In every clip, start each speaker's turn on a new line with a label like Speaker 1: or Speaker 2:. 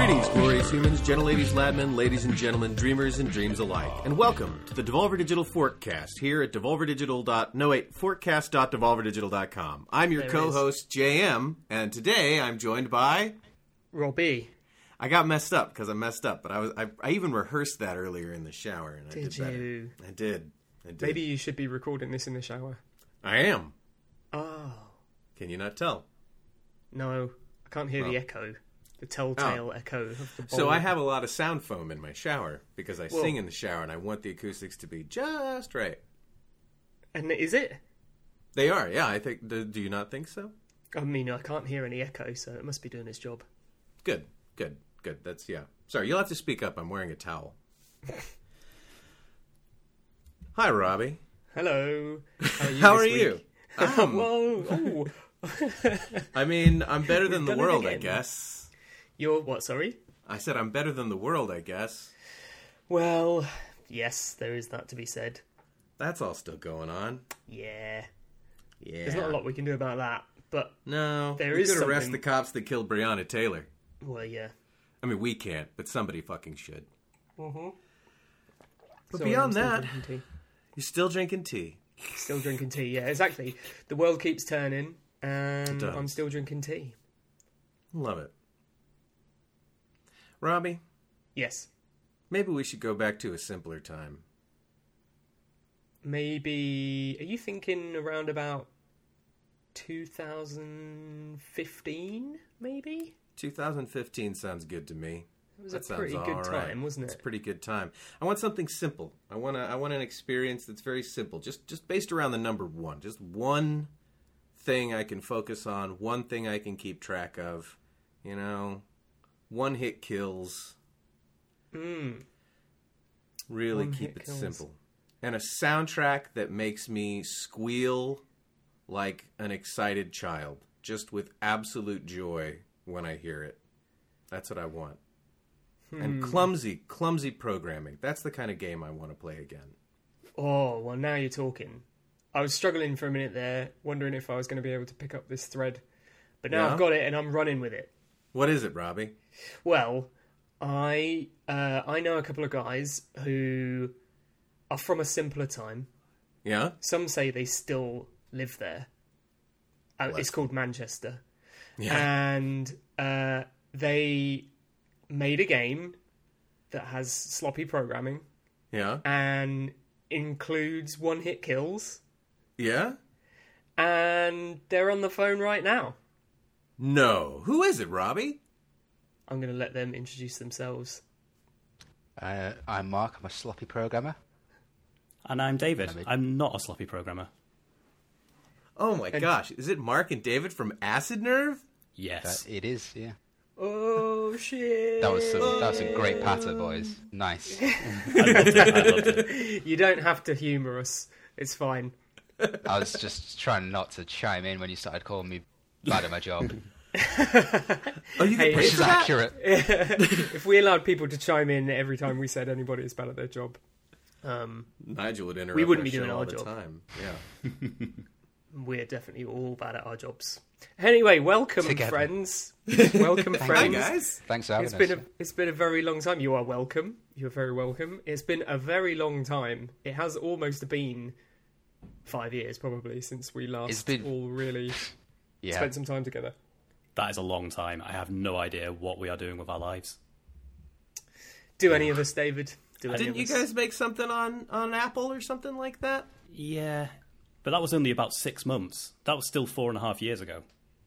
Speaker 1: guys, humans, gentleladies, ladmen, ladies and gentlemen, dreamers and dreams alike, and welcome to the Devolver Digital Fortcast here at devolverdigital. No wait, fortcast.devolverdigital.com. I'm your
Speaker 2: There it is.
Speaker 1: co-host JM, and today I'm joined by E.
Speaker 2: Robbie.
Speaker 1: I got messed up because I messed up, but I was I, I even rehearsed that earlier in the shower, and I did,
Speaker 2: Did you?
Speaker 1: better. I did. I did.
Speaker 3: Maybe you should be recording this in the shower.
Speaker 1: I am.
Speaker 2: Oh
Speaker 1: Can you not tell?
Speaker 3: No, I can't hear the echo, the telltale echo of the bowl.
Speaker 1: Oh. So I have a lot of sound foam in my shower because I sing in the shower, and I want the acoustics to be just right.
Speaker 3: and is it?
Speaker 1: They are, yeah. I think. Do, do you not think so?
Speaker 3: I mean, I can't hear any echo, so it must be doing its job.
Speaker 1: Good, good, good. That's yeah. Sorry, you'll have to speak up. I'm wearing a towel. Hi, Robbie.
Speaker 3: Hello. How are you?
Speaker 1: How
Speaker 3: this
Speaker 1: are
Speaker 3: week?
Speaker 1: you?
Speaker 3: Whoa! Oh,
Speaker 1: I mean, I'm better than the
Speaker 3: done it
Speaker 1: world, I
Speaker 3: again.
Speaker 1: guess.
Speaker 3: you're what? Sorry.
Speaker 1: I said I'm better than the world, I guess.
Speaker 3: Well, yes, there is that to be said.
Speaker 1: That's all still going on.
Speaker 3: Yeah,
Speaker 1: Yeah.
Speaker 3: there's not a lot we can do about that. But
Speaker 1: No.
Speaker 3: There
Speaker 1: we
Speaker 3: is
Speaker 1: could arrest
Speaker 3: something-
Speaker 1: the cops that killed Breonna Taylor.
Speaker 3: well, yeah.
Speaker 1: I mean, we can't, but somebody fucking should.
Speaker 3: Mm-hmm.
Speaker 1: But
Speaker 3: Sorry,
Speaker 1: beyond
Speaker 3: I'm still
Speaker 1: that,
Speaker 3: drinking
Speaker 1: you're still drinking tea.
Speaker 3: tea. still drinking tea. Yeah, exactly. The world keeps turning, and
Speaker 1: does.
Speaker 3: I'm still drinking tea.
Speaker 1: Love it. Robbie,
Speaker 3: Yes.
Speaker 1: maybe we should go back to a simpler time.
Speaker 3: maybe are you thinking around about 2015 maybe
Speaker 1: 2015 sounds good to me.
Speaker 3: it was
Speaker 1: That
Speaker 3: a
Speaker 1: sounds
Speaker 3: pretty
Speaker 1: all
Speaker 3: good
Speaker 1: right.
Speaker 3: time wasn't
Speaker 1: It's
Speaker 3: it
Speaker 1: a pretty good time. I want something simple. I want to. I want an experience that's very simple. Just just based around the number one. Just one thing I can focus on. One thing I can keep track of. You know, one hit kills.
Speaker 3: mm,
Speaker 1: Really
Speaker 3: One
Speaker 1: keep
Speaker 3: hit
Speaker 1: it
Speaker 3: kills.
Speaker 1: simple. And a soundtrack that makes me squeal like an excited child, just with absolute joy when I hear it. That's what I want. And
Speaker 3: Hmm.
Speaker 1: clumsy, clumsy programming. That's the kind of game I want to play again.
Speaker 3: oh well now you're talking i was struggling for a minute there wondering if i was going to be able to pick up this thread but now
Speaker 1: Yeah?
Speaker 3: i've got it and i'm running with it
Speaker 1: What is it, Robbie?
Speaker 3: Well, I uh, I know a couple of guys who are from a simpler time.
Speaker 1: Yeah?
Speaker 3: Some say they still live there. Uh,
Speaker 1: Bless
Speaker 3: it's called Manchester.
Speaker 1: Yeah.
Speaker 3: and uh, they made a game that has sloppy programming
Speaker 1: yeah?
Speaker 3: and includes one hit kills
Speaker 1: Yeah?
Speaker 3: and they're on the phone right now
Speaker 1: No. Who is it, Robbie?
Speaker 3: i'm going to let them introduce themselves
Speaker 4: Uh, I'm Mark. I'm a sloppy programmer.
Speaker 2: And I'm David. I'm not a sloppy programmer.
Speaker 1: Oh my gosh. Is it Mark and David from Acid Nerve?
Speaker 2: Yes.
Speaker 4: But it is, yeah.
Speaker 3: oh shit
Speaker 4: That was some, that was some great patter, boys. Nice.
Speaker 2: I loved it. I loved it.
Speaker 3: you don't have to humour us it's fine
Speaker 4: I was just trying not to chime in when you started calling me bad at my job,
Speaker 1: Oh, you
Speaker 3: Hey,
Speaker 1: can
Speaker 4: which is accurate.
Speaker 3: if we allowed people to chime in every time we said anybody is bad at their job um,
Speaker 1: Nigel would interrupt
Speaker 3: We wouldn't
Speaker 1: our
Speaker 3: be doing
Speaker 1: show all
Speaker 3: our
Speaker 1: the
Speaker 3: job.
Speaker 1: time. Yeah.
Speaker 3: we're definitely all bad at our jobs anyway welcome
Speaker 4: Together.
Speaker 3: friends welcome
Speaker 1: Hi,
Speaker 3: friends
Speaker 1: guys.
Speaker 4: Thanks for having
Speaker 3: It's
Speaker 4: us.
Speaker 3: been a it's been a very long time. You are welcome. You're very welcome. It's been a very long time. It has almost been five years probably since we
Speaker 4: It's
Speaker 3: last
Speaker 4: been-
Speaker 3: all really
Speaker 4: yeah.
Speaker 3: spent some time together.
Speaker 2: That is a long time. I have no idea what we are doing with our lives.
Speaker 3: Do any of us, David? Do any
Speaker 1: Didn't
Speaker 3: of
Speaker 1: you
Speaker 3: us?
Speaker 1: guys make something on on Apple or something like that?
Speaker 2: Yeah. But that was only about six months. That was still four and a half years ago.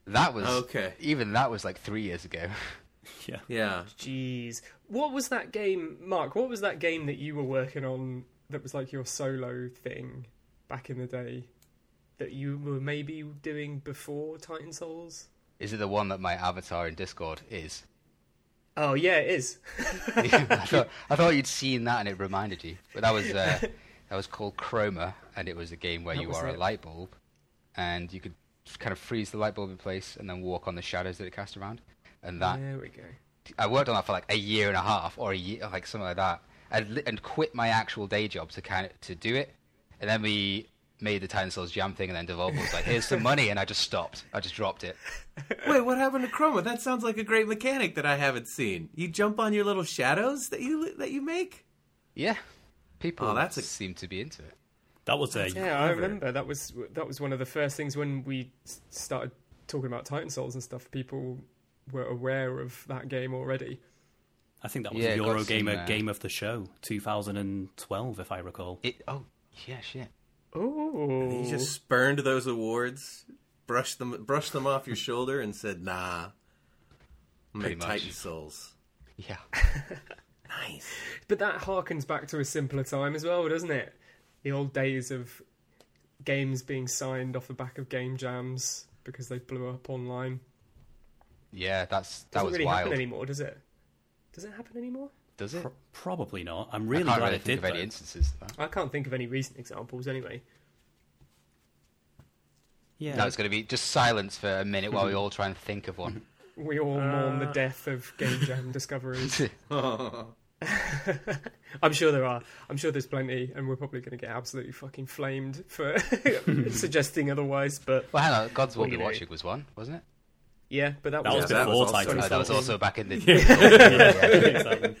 Speaker 4: That was
Speaker 1: Okay.
Speaker 4: Even that was like three years ago.
Speaker 2: Yeah.
Speaker 1: Yeah.
Speaker 3: Jeez, what was that game, Mark? What was that game that you were working on that was like your solo thing back in the day that you were maybe doing before Titan Souls?
Speaker 4: Is it the one that my avatar in Discord is?
Speaker 3: Oh yeah, it is.
Speaker 4: I, thought, I thought you'd seen that and it reminded you. But that was uh, that was called Chroma, and it was a game where you
Speaker 3: was
Speaker 4: are
Speaker 3: it.
Speaker 4: a light bulb, and you could kind of freeze the light bulb in place and then walk on the shadows that it cast around. And that
Speaker 3: there we go.
Speaker 4: I worked on that for like a year and a half or a year, like something like that, and, li- and quit my actual day job to kind of, to do it. And then we made the Titan Souls Jam thing, and then Devolver was like, "Here's some money," and I just stopped. I just dropped it.
Speaker 1: Wait, what happened to Chroma? That sounds like a great mechanic that I haven't seen. You jump on your little shadows that you that you make.
Speaker 4: Yeah, people
Speaker 1: Oh, that's a-
Speaker 4: seem to be into it.
Speaker 2: That was a
Speaker 3: Yeah, I remember that was that was one of the first things when we s- started talking about Titan Souls and stuff. People were aware of that game already.
Speaker 2: I think that was
Speaker 4: Yeah, it got some,
Speaker 2: Eurogamer
Speaker 4: uh,
Speaker 2: Game of the Show 2012, if I recall.
Speaker 4: It oh yeah shit.
Speaker 3: Oh,
Speaker 1: He just spurned those awards, brushed them brushed them off your shoulder, and said, "Nah, I'm
Speaker 4: Pretty
Speaker 1: make
Speaker 4: much.
Speaker 1: Titan Souls."
Speaker 4: Yeah,
Speaker 1: Nice.
Speaker 3: but that harkens back to a simpler time as well, doesn't it? The old days of games being signed off the back of game jams because they blew up online.
Speaker 4: yeah, that's that
Speaker 3: Doesn't
Speaker 4: was
Speaker 3: really
Speaker 4: wild.
Speaker 3: happen anymore, does it? Does it happen anymore?
Speaker 4: Does it?
Speaker 2: Pro- probably not. I'm
Speaker 4: I
Speaker 2: really
Speaker 4: can't
Speaker 2: glad
Speaker 4: really
Speaker 2: it
Speaker 4: think
Speaker 2: did.
Speaker 4: of any
Speaker 2: though.
Speaker 4: instances. Of that.
Speaker 3: I can't think of any recent examples anyway.
Speaker 2: yeah,
Speaker 4: No, it's going to be just silence for a minute while we all try and think of one.
Speaker 3: We all mourn the death of game jam discoveries. I'm sure there are. I'm sure there's plenty, and we're probably going to get absolutely fucking flamed for suggesting otherwise. But
Speaker 4: Well, hang on, God's Will
Speaker 3: do
Speaker 4: Be
Speaker 3: you do?
Speaker 4: Watching was one, wasn't it?
Speaker 3: yeah, but that,
Speaker 2: That
Speaker 3: was,
Speaker 2: was
Speaker 1: that was
Speaker 2: before
Speaker 1: also-
Speaker 2: Titan
Speaker 4: Uh,
Speaker 2: Souls.
Speaker 4: that was
Speaker 3: Something.
Speaker 4: also back in the.
Speaker 2: Exactly.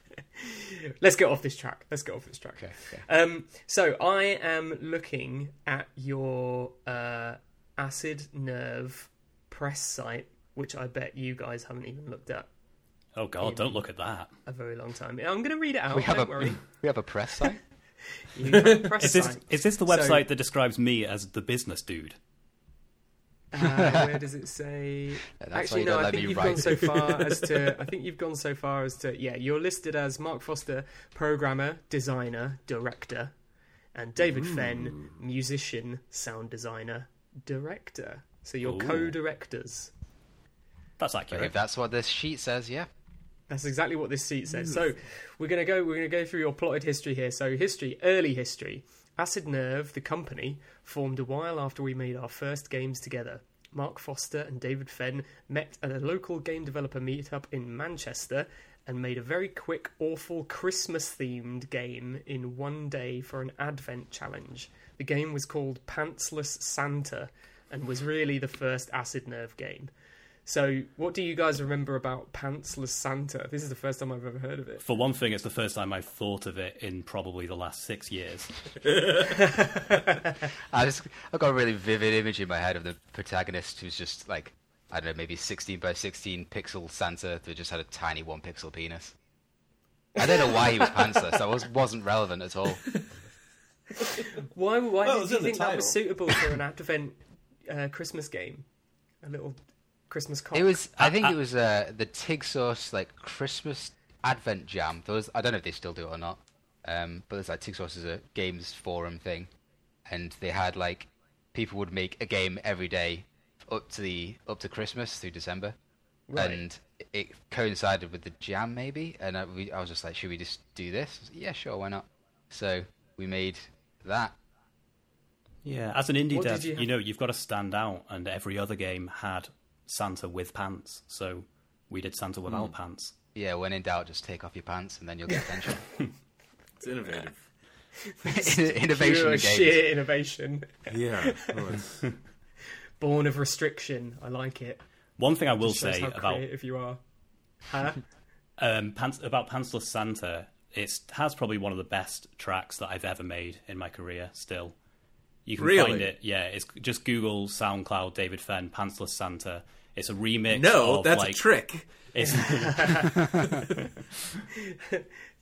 Speaker 3: Let's get off this track. Let's get off this track.
Speaker 4: Okay, okay.
Speaker 3: Um, so I am looking at your uh, acid nerve press site, which I bet you guys haven't even looked at
Speaker 2: Oh god, don't look at that.
Speaker 3: a very long time. I'm going to read it out.
Speaker 4: We have
Speaker 3: Oh, don't
Speaker 4: a
Speaker 3: worry.
Speaker 4: we have a press site.
Speaker 3: You have a press
Speaker 2: Is this
Speaker 3: site.
Speaker 2: is this the website that describes me as the business dude?
Speaker 3: Uh, where does it say?
Speaker 4: that's why
Speaker 3: Actually,
Speaker 4: you don't
Speaker 3: no. I
Speaker 4: let
Speaker 3: think
Speaker 4: me
Speaker 3: you've
Speaker 4: write
Speaker 3: gone so
Speaker 4: it.
Speaker 3: far as to. I think you've gone so far as to. Yeah, you're listed as Mark Foster, programmer, designer, director, and David Fenn, musician, sound designer, director. So you're
Speaker 2: Ooh.
Speaker 3: co-directors.
Speaker 2: That's
Speaker 4: But if
Speaker 2: accurate.
Speaker 4: that's what this sheet says, yeah.
Speaker 3: That's exactly what this seat says. So we're gonna go. We're gonna go through your plotted history here. So history, early history. Acid Nerve, the company, formed a while after we made our first games together. Mark Foster and David Fenn met at a local game developer meetup in Manchester and made a very quick, awful Christmas themed game in one day for an advent challenge. The game was called Pantsless Santa and was really the first Acid Nerve game. So, what do you guys remember about Pantsless Santa? This is the first time I've ever heard of it.
Speaker 2: For one thing, it's the first time I've thought of it in probably the last six years.
Speaker 4: I just I got a really vivid image in my head of the protagonist who's just like I don't know, maybe sixteen by sixteen pixel Santa that just had a tiny one pixel penis. I don't know why he was pantsless. That was wasn't relevant at all.
Speaker 3: Why, why
Speaker 1: Well, it
Speaker 3: did
Speaker 1: was
Speaker 3: you
Speaker 1: in the
Speaker 3: think that was
Speaker 1: title.
Speaker 3: suitable for an Advent uh, Christmas game? A little Christmas cock.
Speaker 4: It was I think it was uh, the Tig Sauce like Christmas Advent Jam. There was I don't know if they still do it or not. Um, but there's like Tig Sauce is a games forum thing, and they had like people would make a game every day up to the up to Christmas through December.
Speaker 3: Right.
Speaker 4: and it coincided with the jam maybe and I, we, I was just like should we just do this I was like, yeah sure why not so we made that
Speaker 2: Yeah, as an indie
Speaker 3: What
Speaker 2: dev,
Speaker 3: did you
Speaker 2: you,
Speaker 3: have-
Speaker 2: know you've got to stand out, and every other game had Santa with pants, so we did Santa without
Speaker 3: Hmm.
Speaker 2: pants.
Speaker 4: yeah when in doubt just take off your pants and then you'll get attention
Speaker 1: It's innovative.
Speaker 4: innovation in
Speaker 3: Pure
Speaker 4: games.
Speaker 3: sheer innovation.
Speaker 1: yeah. well, it's-
Speaker 3: Born of restriction. I like it.
Speaker 2: One thing I will
Speaker 3: Shows
Speaker 2: say
Speaker 3: how
Speaker 2: about
Speaker 3: creative you are. Huh?
Speaker 2: um, pants, about Pantsless Santa, it has probably one of the best tracks that I've ever made in my career. Still, you can
Speaker 1: Really?
Speaker 2: find it. Yeah, it's just Google SoundCloud David Fenn Pantsless Santa. It's a remix.
Speaker 1: no,
Speaker 2: of,
Speaker 1: that's
Speaker 2: like,
Speaker 1: a trick.
Speaker 2: It's,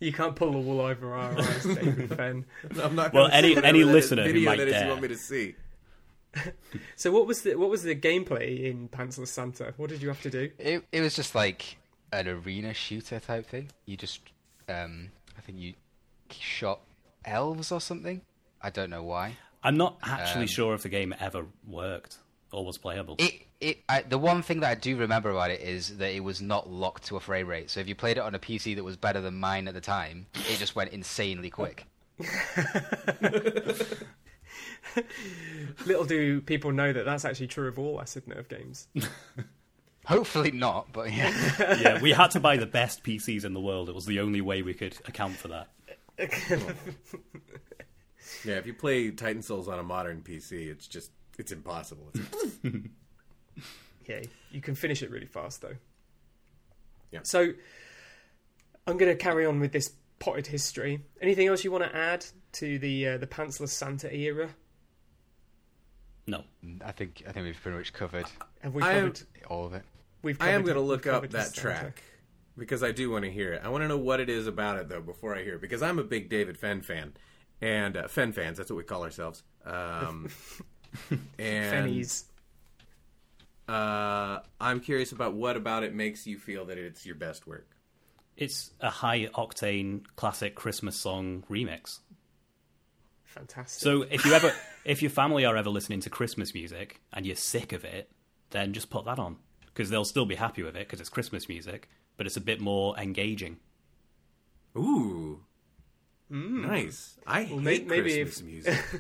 Speaker 3: you can't pull the wool over our eyes, David Fenn.
Speaker 1: I'm not.
Speaker 2: Well,
Speaker 1: gonna
Speaker 2: any-
Speaker 1: say that I
Speaker 2: any
Speaker 1: really-
Speaker 2: listener who
Speaker 1: video
Speaker 2: might
Speaker 1: that is you
Speaker 2: dare.
Speaker 1: want me to see.
Speaker 3: So, what was the what was the gameplay in Pantsless Santa? What did you have to do?
Speaker 4: it, it was just like an arena shooter type thing you just um i think you shot elves or something i don't know why
Speaker 2: I'm not actually sure if the game ever worked or was playable.
Speaker 4: It it I, the one thing that I do remember about it is that it was not locked to a frame rate. So if you played it on a PC that was better than mine at the time, it just went insanely quick.
Speaker 3: Little do people know that that's actually true of all acid nerve games.
Speaker 4: Hopefully not, but yeah.
Speaker 2: yeah, we had to buy the best PCs in the world. It was the only way we could account for that.
Speaker 1: Yeah, if you play Titan Souls on a modern PC, it's just it's impossible. It's-
Speaker 3: Yeah, you can finish it really fast though.
Speaker 1: Yeah.
Speaker 3: So I'm going to carry on with this potted history. Anything else you want to add to the uh, the pantsless Santa era?
Speaker 2: No.
Speaker 4: I think I think we've pretty much covered
Speaker 3: Have we
Speaker 1: I am-
Speaker 3: covered?
Speaker 4: all of it.
Speaker 3: we've
Speaker 1: I
Speaker 3: covered
Speaker 1: am going to
Speaker 3: we've
Speaker 1: look up
Speaker 3: covered the
Speaker 1: that
Speaker 3: Santa.
Speaker 1: track because I do want to hear it. I want to know what it is about it though before I hear it because I'm a big David Fenn fan and uh, Fenn fans. That's what we call ourselves. Um, and
Speaker 3: Fennies.
Speaker 1: uh, I'm curious about what about it makes you feel that it's your best work.
Speaker 2: It's a high octane classic Christmas song remix.
Speaker 3: Fantastic.
Speaker 2: So if you ever if your family are ever listening to Christmas music and you're sick of it, then just put that on because they'll still be happy with it because it's Christmas music, but it's a bit more engaging.
Speaker 1: Ooh, nice. I hate
Speaker 3: Mm. may- maybe
Speaker 1: Christmas
Speaker 3: if-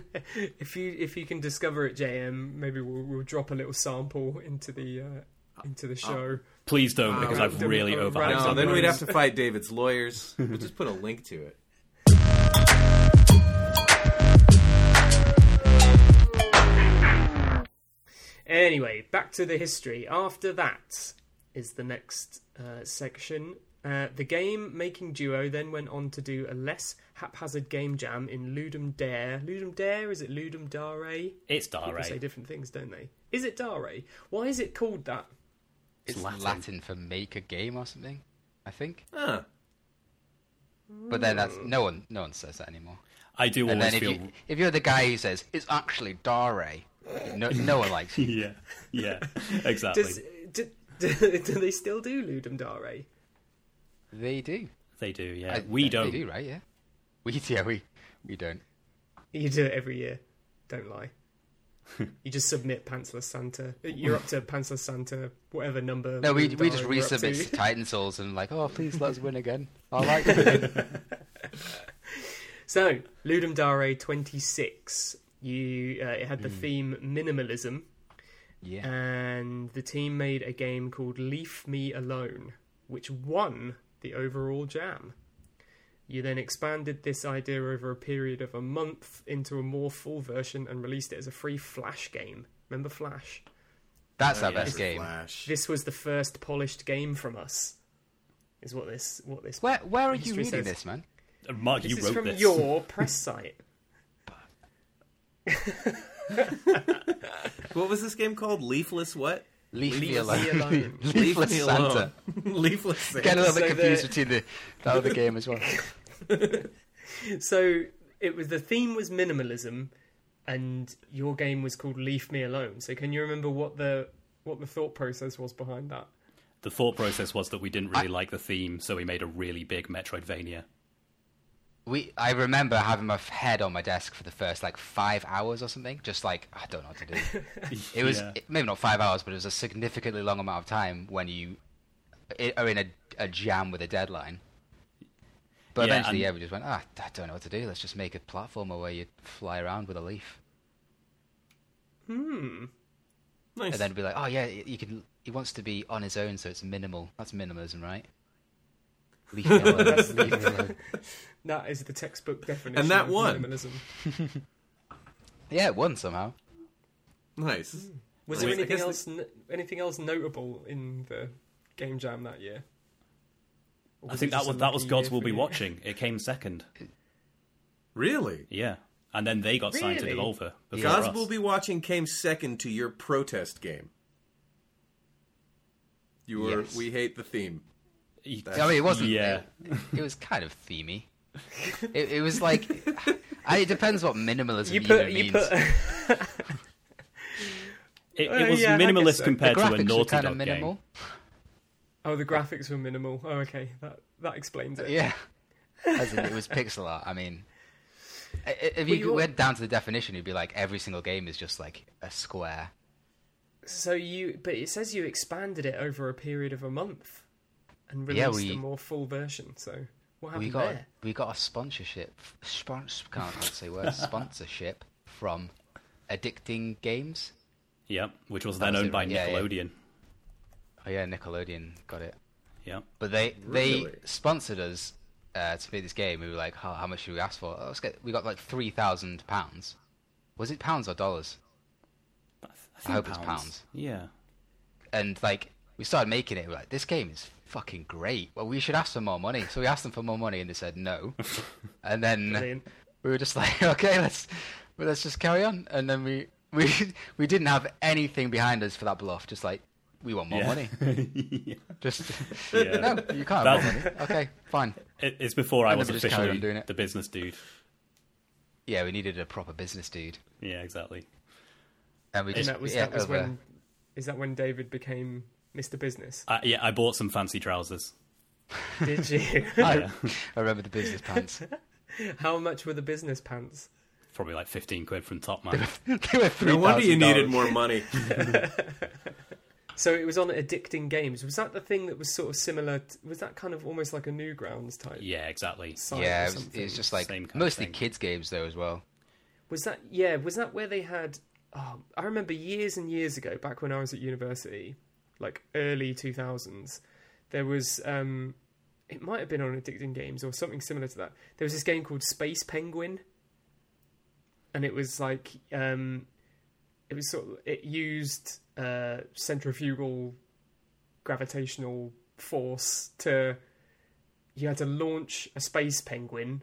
Speaker 1: music.
Speaker 3: if you if you can discover it, JM, maybe we'll, we'll drop a little sample into the uh, into the show.
Speaker 2: Please don't because
Speaker 1: right.
Speaker 2: I've really
Speaker 3: Right.
Speaker 2: overhyped
Speaker 1: No,
Speaker 2: that
Speaker 1: then
Speaker 2: one.
Speaker 1: we'd have to fight David's lawyers. We'll just put a link to it.
Speaker 3: Anyway, back to the history. After that is the next uh, section. Uh, the game making duo then went on to do a less haphazard game jam in Ludum Dare. Ludum Dare? Is it Ludum Dare?
Speaker 2: It's
Speaker 3: People say
Speaker 2: Dare.
Speaker 3: different things, don't they? Is it Dare? Why is it called that?
Speaker 4: It's
Speaker 2: Latin.
Speaker 4: Latin. for make a game or something, I think.
Speaker 1: Huh.
Speaker 4: But then that's no one no one says that anymore.
Speaker 2: I do
Speaker 4: And
Speaker 2: always
Speaker 4: then if
Speaker 2: feel
Speaker 4: you if you're the guy who says it's actually Dare, no no one likes you.
Speaker 2: yeah, yeah, exactly.
Speaker 3: Does, do, do, do they still do Ludum Dare?
Speaker 4: They do.
Speaker 2: They do, yeah.
Speaker 4: I-
Speaker 2: Uh, we
Speaker 4: they-
Speaker 2: don't.
Speaker 4: They do, right? Yeah. We yeah we we don't.
Speaker 3: You do it every year. Don't lie. you just submit Pantsless Santa. You're up to Pantsless Santa, whatever number.
Speaker 4: No, we
Speaker 3: Ludum
Speaker 4: we just
Speaker 3: Dare we're up to.
Speaker 4: resubmit Titan Souls and like oh please let us win again. I like it.
Speaker 3: So, Ludum Dare 26. You, uh, it had the
Speaker 2: Hmm.
Speaker 3: theme minimalism,
Speaker 4: yeah.
Speaker 3: and the team made a game called Leave Me Alone, which won the overall jam. You then expanded this idea over a period of a month into a more full version and released it as a free Flash game. Remember Flash?
Speaker 4: That's our
Speaker 2: yeah.
Speaker 4: best game.
Speaker 1: Flash.
Speaker 3: This was the first polished game from us. Is what this what this
Speaker 4: Where where are you
Speaker 3: History
Speaker 4: reading
Speaker 3: says-
Speaker 4: this, man?
Speaker 2: Uh, Mark,
Speaker 3: This
Speaker 2: you
Speaker 3: is
Speaker 2: wrote
Speaker 3: from
Speaker 2: this.
Speaker 3: your press site.
Speaker 1: What was this game called? Leafless what?
Speaker 4: Leave,
Speaker 3: Leave
Speaker 4: me
Speaker 3: me
Speaker 4: alone.
Speaker 3: alone.
Speaker 4: Leafless
Speaker 1: me
Speaker 4: Santa.
Speaker 1: alone. Leafless Santa.
Speaker 4: Get a little
Speaker 3: So
Speaker 4: bit confused
Speaker 3: the-
Speaker 4: between the, the other game as well.
Speaker 3: So it was the theme was minimalism, and your game was called Leave Me Alone. So can you remember what the what the thought process was behind that?
Speaker 2: The thought process was that we didn't really like the theme, so we made a really big Metroidvania.
Speaker 4: We, I remember having my f- head on my desk for the first like five hours or something, just like I don't know what to do. it was
Speaker 2: Yeah.
Speaker 4: it- maybe not five hours, but it was a significantly long amount of time when you i- are in a, a jam with a deadline. But
Speaker 2: Yeah,
Speaker 4: eventually,
Speaker 2: and-
Speaker 4: yeah, we just went. Ah, I don't know what to do. Let's just make a platformer where you fly around with a leaf,
Speaker 1: Nice.
Speaker 4: and then be like, oh yeah, you can. He wants to be on his own, so it's minimal. That's minimalism, right? Leave me alone. leave me alone.
Speaker 3: That is the textbook definition.
Speaker 1: And that
Speaker 3: of
Speaker 1: won.
Speaker 3: minimalism.
Speaker 4: Yeah, it won somehow.
Speaker 1: nice.
Speaker 3: Was
Speaker 1: I
Speaker 3: there
Speaker 1: mean, I
Speaker 3: anything
Speaker 1: guess
Speaker 3: else n anything else notable in the game jam that year? Or
Speaker 2: I
Speaker 3: it
Speaker 2: think that
Speaker 3: just
Speaker 2: was
Speaker 3: a
Speaker 2: that was
Speaker 3: lucky
Speaker 2: Gods
Speaker 3: year
Speaker 2: Will
Speaker 3: for
Speaker 2: Be
Speaker 3: you?
Speaker 2: Watching. It came second.
Speaker 1: Really?
Speaker 2: Yeah. And then they got signed to
Speaker 3: Really?
Speaker 2: Devolver. before
Speaker 1: Gods
Speaker 2: us.
Speaker 1: will be watching came second to your protest game. You were
Speaker 4: Yes.
Speaker 1: we hate the theme.
Speaker 2: You-
Speaker 4: I mean, it wasn't.
Speaker 2: Yeah.
Speaker 4: It, it was kind of themey. It, it was like. I, it depends what minimalism
Speaker 3: You
Speaker 4: even
Speaker 3: put you
Speaker 4: means.
Speaker 3: put
Speaker 2: It,
Speaker 3: Uh,
Speaker 2: it was
Speaker 3: yeah, I guess
Speaker 2: minimalist
Speaker 3: so.
Speaker 4: the
Speaker 2: compared to a
Speaker 4: graphics were
Speaker 2: Naughty
Speaker 4: kind of
Speaker 2: Dog
Speaker 4: minimal.
Speaker 3: oh the graphics were minimal. Oh okay, that that explains it.
Speaker 4: Yeah. As in, it was pixel art. I mean, i- i- if you,
Speaker 3: you all-
Speaker 4: went down to the definition, you'd be like, every single game is just like a square.
Speaker 3: So you, but it says you expanded it over a period of a month and
Speaker 4: Yeah,
Speaker 3: released a
Speaker 4: we-
Speaker 3: more full version. So what happened
Speaker 4: We got
Speaker 3: there?
Speaker 4: we got a sponsorship. Spons- can't, can't say words. Sponsorship from Addicting Games.
Speaker 2: Yeah, which was then
Speaker 4: was
Speaker 2: owned
Speaker 4: it,
Speaker 2: by
Speaker 4: yeah, yeah.
Speaker 2: Nickelodeon.
Speaker 4: Oh yeah, Nickelodeon got it.
Speaker 2: Yeah.
Speaker 4: But they
Speaker 1: Really?
Speaker 4: they sponsored us uh, to make this game, we were like, "How how much should we ask for?" "Oh, let's get. We got like three thousand pounds. Was it pounds or dollars?
Speaker 2: But I, th-
Speaker 4: I hope it's pounds.
Speaker 2: Yeah.
Speaker 4: and like we started making it. We're like, this game is fucking great. Well, we should ask for more money. So we asked them for more money, and they said no. and then
Speaker 3: Brilliant.
Speaker 4: we were just like, okay, let's well, let's just carry on. And then we we we didn't have anything behind us for that bluff. Just like we want more
Speaker 2: Yeah.
Speaker 4: money.
Speaker 2: Yeah.
Speaker 4: Just
Speaker 2: Yeah.
Speaker 4: no, you can't have more
Speaker 2: That's-
Speaker 4: money. Okay, fine.
Speaker 2: It, it's before I
Speaker 4: And then
Speaker 2: was
Speaker 4: we just carried on
Speaker 2: officially
Speaker 4: doing it.
Speaker 2: the business dude.
Speaker 4: Yeah, we needed a proper business dude,
Speaker 2: Yeah, exactly.
Speaker 4: and we
Speaker 3: And
Speaker 4: just
Speaker 3: that was
Speaker 4: yeah,
Speaker 3: that was
Speaker 4: over-
Speaker 3: when is that when David became Mr. Business?
Speaker 2: I, yeah, I bought some fancy trousers.
Speaker 3: Did you?
Speaker 4: I, I remember the business pants.
Speaker 3: How much were the business pants?
Speaker 2: Probably like 15 quid from Top Man.
Speaker 4: they were three.
Speaker 1: No wonder you needed more money.
Speaker 3: So it was on addicting games. Was that the thing that was sort of similar? t was that kind of almost like a Newgrounds type?
Speaker 2: yeah, exactly.
Speaker 3: site or
Speaker 4: Yeah, it was,
Speaker 3: something?
Speaker 4: it was just like
Speaker 2: Same kind of
Speaker 4: mostly
Speaker 2: thing.
Speaker 4: kids games though as well.
Speaker 3: Was that yeah? Was that where they had? Oh, I remember years and years ago, back when I was at university, like early two thousands, there was. um It might have been on Addicting Games or something similar to that. There was this game called Space Penguin, and it was like um it was sort of it used uh centrifugal gravitational force to you had to launch a space penguin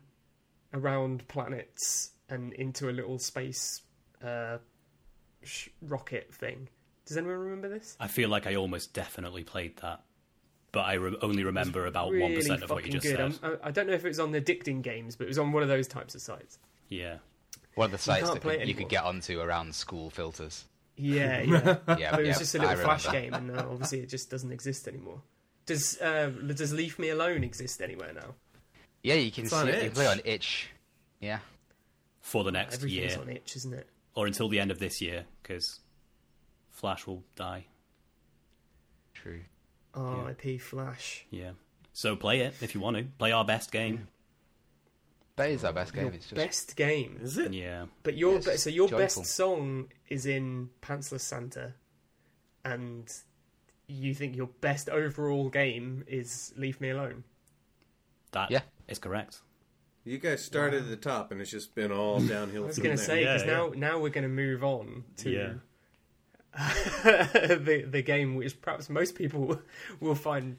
Speaker 3: around planets and into a little space uh, sh- rocket thing. Does anyone remember this?
Speaker 2: I feel like I almost definitely played that, but I re- only remember about
Speaker 3: Really
Speaker 2: 1% of what
Speaker 3: fucking
Speaker 2: you just
Speaker 3: good.
Speaker 2: said.
Speaker 3: I'm- I, I don't know if it was on addicting games, but it was on one of those types of sites.
Speaker 2: Yeah.
Speaker 4: One of the sites
Speaker 3: can't
Speaker 4: that
Speaker 3: play
Speaker 4: could-
Speaker 3: it
Speaker 4: you could
Speaker 3: anymore.
Speaker 4: get onto around school filters.
Speaker 3: Yeah, yeah.
Speaker 4: Yeah,
Speaker 3: but it was
Speaker 4: yeah,
Speaker 3: just a
Speaker 4: I
Speaker 3: little
Speaker 4: remember.
Speaker 3: flash game, and now obviously it just doesn't exist anymore. Does uh, does Leave Me Alone exist anywhere now?
Speaker 4: Yeah, you can
Speaker 1: It's
Speaker 4: see
Speaker 1: on
Speaker 4: it. You
Speaker 1: itch.
Speaker 4: can play on itch. Yeah,
Speaker 2: For the next
Speaker 3: Everything's
Speaker 2: year,
Speaker 3: on itch, isn't it?
Speaker 2: or until the end of this year, because Flash will die.
Speaker 4: true.
Speaker 3: R.I.P. Flash.
Speaker 2: Yeah. So play it if you want to. Play our best game.
Speaker 4: That is our best game. It's just
Speaker 3: Best game.
Speaker 1: Is it?
Speaker 2: Yeah.
Speaker 3: But your
Speaker 4: Yeah, it's
Speaker 3: be-
Speaker 4: just
Speaker 3: so your
Speaker 4: joyful.
Speaker 3: best song is in Pantsless Santa, and you think your best overall game is Leave Me Alone.
Speaker 2: That
Speaker 4: Yeah.
Speaker 2: is correct.
Speaker 1: You guys started at the top, and it's just been all downhill.
Speaker 3: I was
Speaker 1: from
Speaker 3: going to
Speaker 1: there.
Speaker 3: say
Speaker 2: Yeah,
Speaker 3: because
Speaker 2: yeah.
Speaker 3: now now we're going to move on to
Speaker 2: Yeah.
Speaker 3: the the game which perhaps most people will find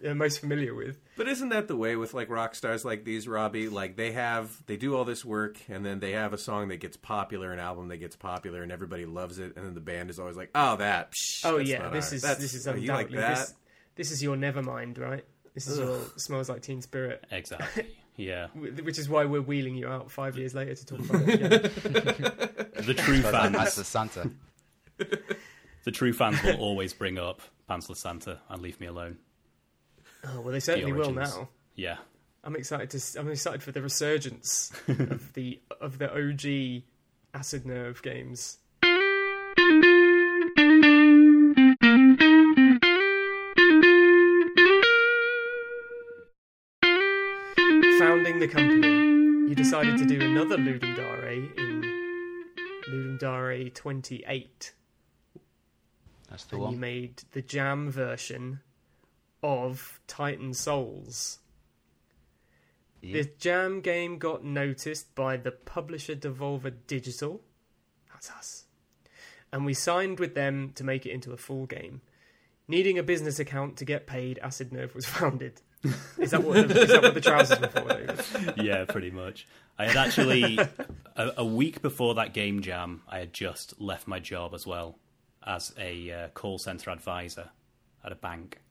Speaker 3: they're most familiar with.
Speaker 1: But isn't that the way with like rock stars like these, Robbie? Like they have they do all this work and then they have a song that gets popular, an album that gets popular, and everybody loves it, and then the band is always like, "Oh, that." Psh,
Speaker 3: Oh
Speaker 1: that's
Speaker 3: yeah,
Speaker 1: not
Speaker 3: this
Speaker 1: ours.
Speaker 3: is
Speaker 1: That's-
Speaker 3: this is
Speaker 1: oh, you like
Speaker 3: undoubtedly
Speaker 1: that?
Speaker 3: this, this is your Nevermind, right? This is your Smells Like Teen Spirit,
Speaker 2: Exactly. yeah.
Speaker 3: wh- which is why we're wheeling you out five years later to talk about it again.
Speaker 2: The true
Speaker 4: that's
Speaker 2: fans.
Speaker 4: the Santa.
Speaker 2: the true fans will always bring up Pantsless Santa and Leave Me Alone.
Speaker 3: oh, well, they certainly will
Speaker 2: origins.
Speaker 3: now.
Speaker 2: Yeah.
Speaker 3: I'm excited to. s- I'm excited for the resurgence of the of the OG Acid Nerve games. Founding the company, you decided to do another Ludum Dare in Ludum Dare 28
Speaker 4: That's the
Speaker 3: and you
Speaker 4: one.
Speaker 3: made the jam version of Titan Souls.
Speaker 4: Yeah.
Speaker 3: The jam game got noticed by the publisher Devolver Digital. That's us. And we signed with them to make it into a full game. Needing a business account to get paid, Acid Nerve was founded. Is that what the, is that what the trousers were for? David?
Speaker 2: yeah, pretty much. I had actually a, a week before that game jam, I had just left my job as well as a uh, call center advisor at a bank,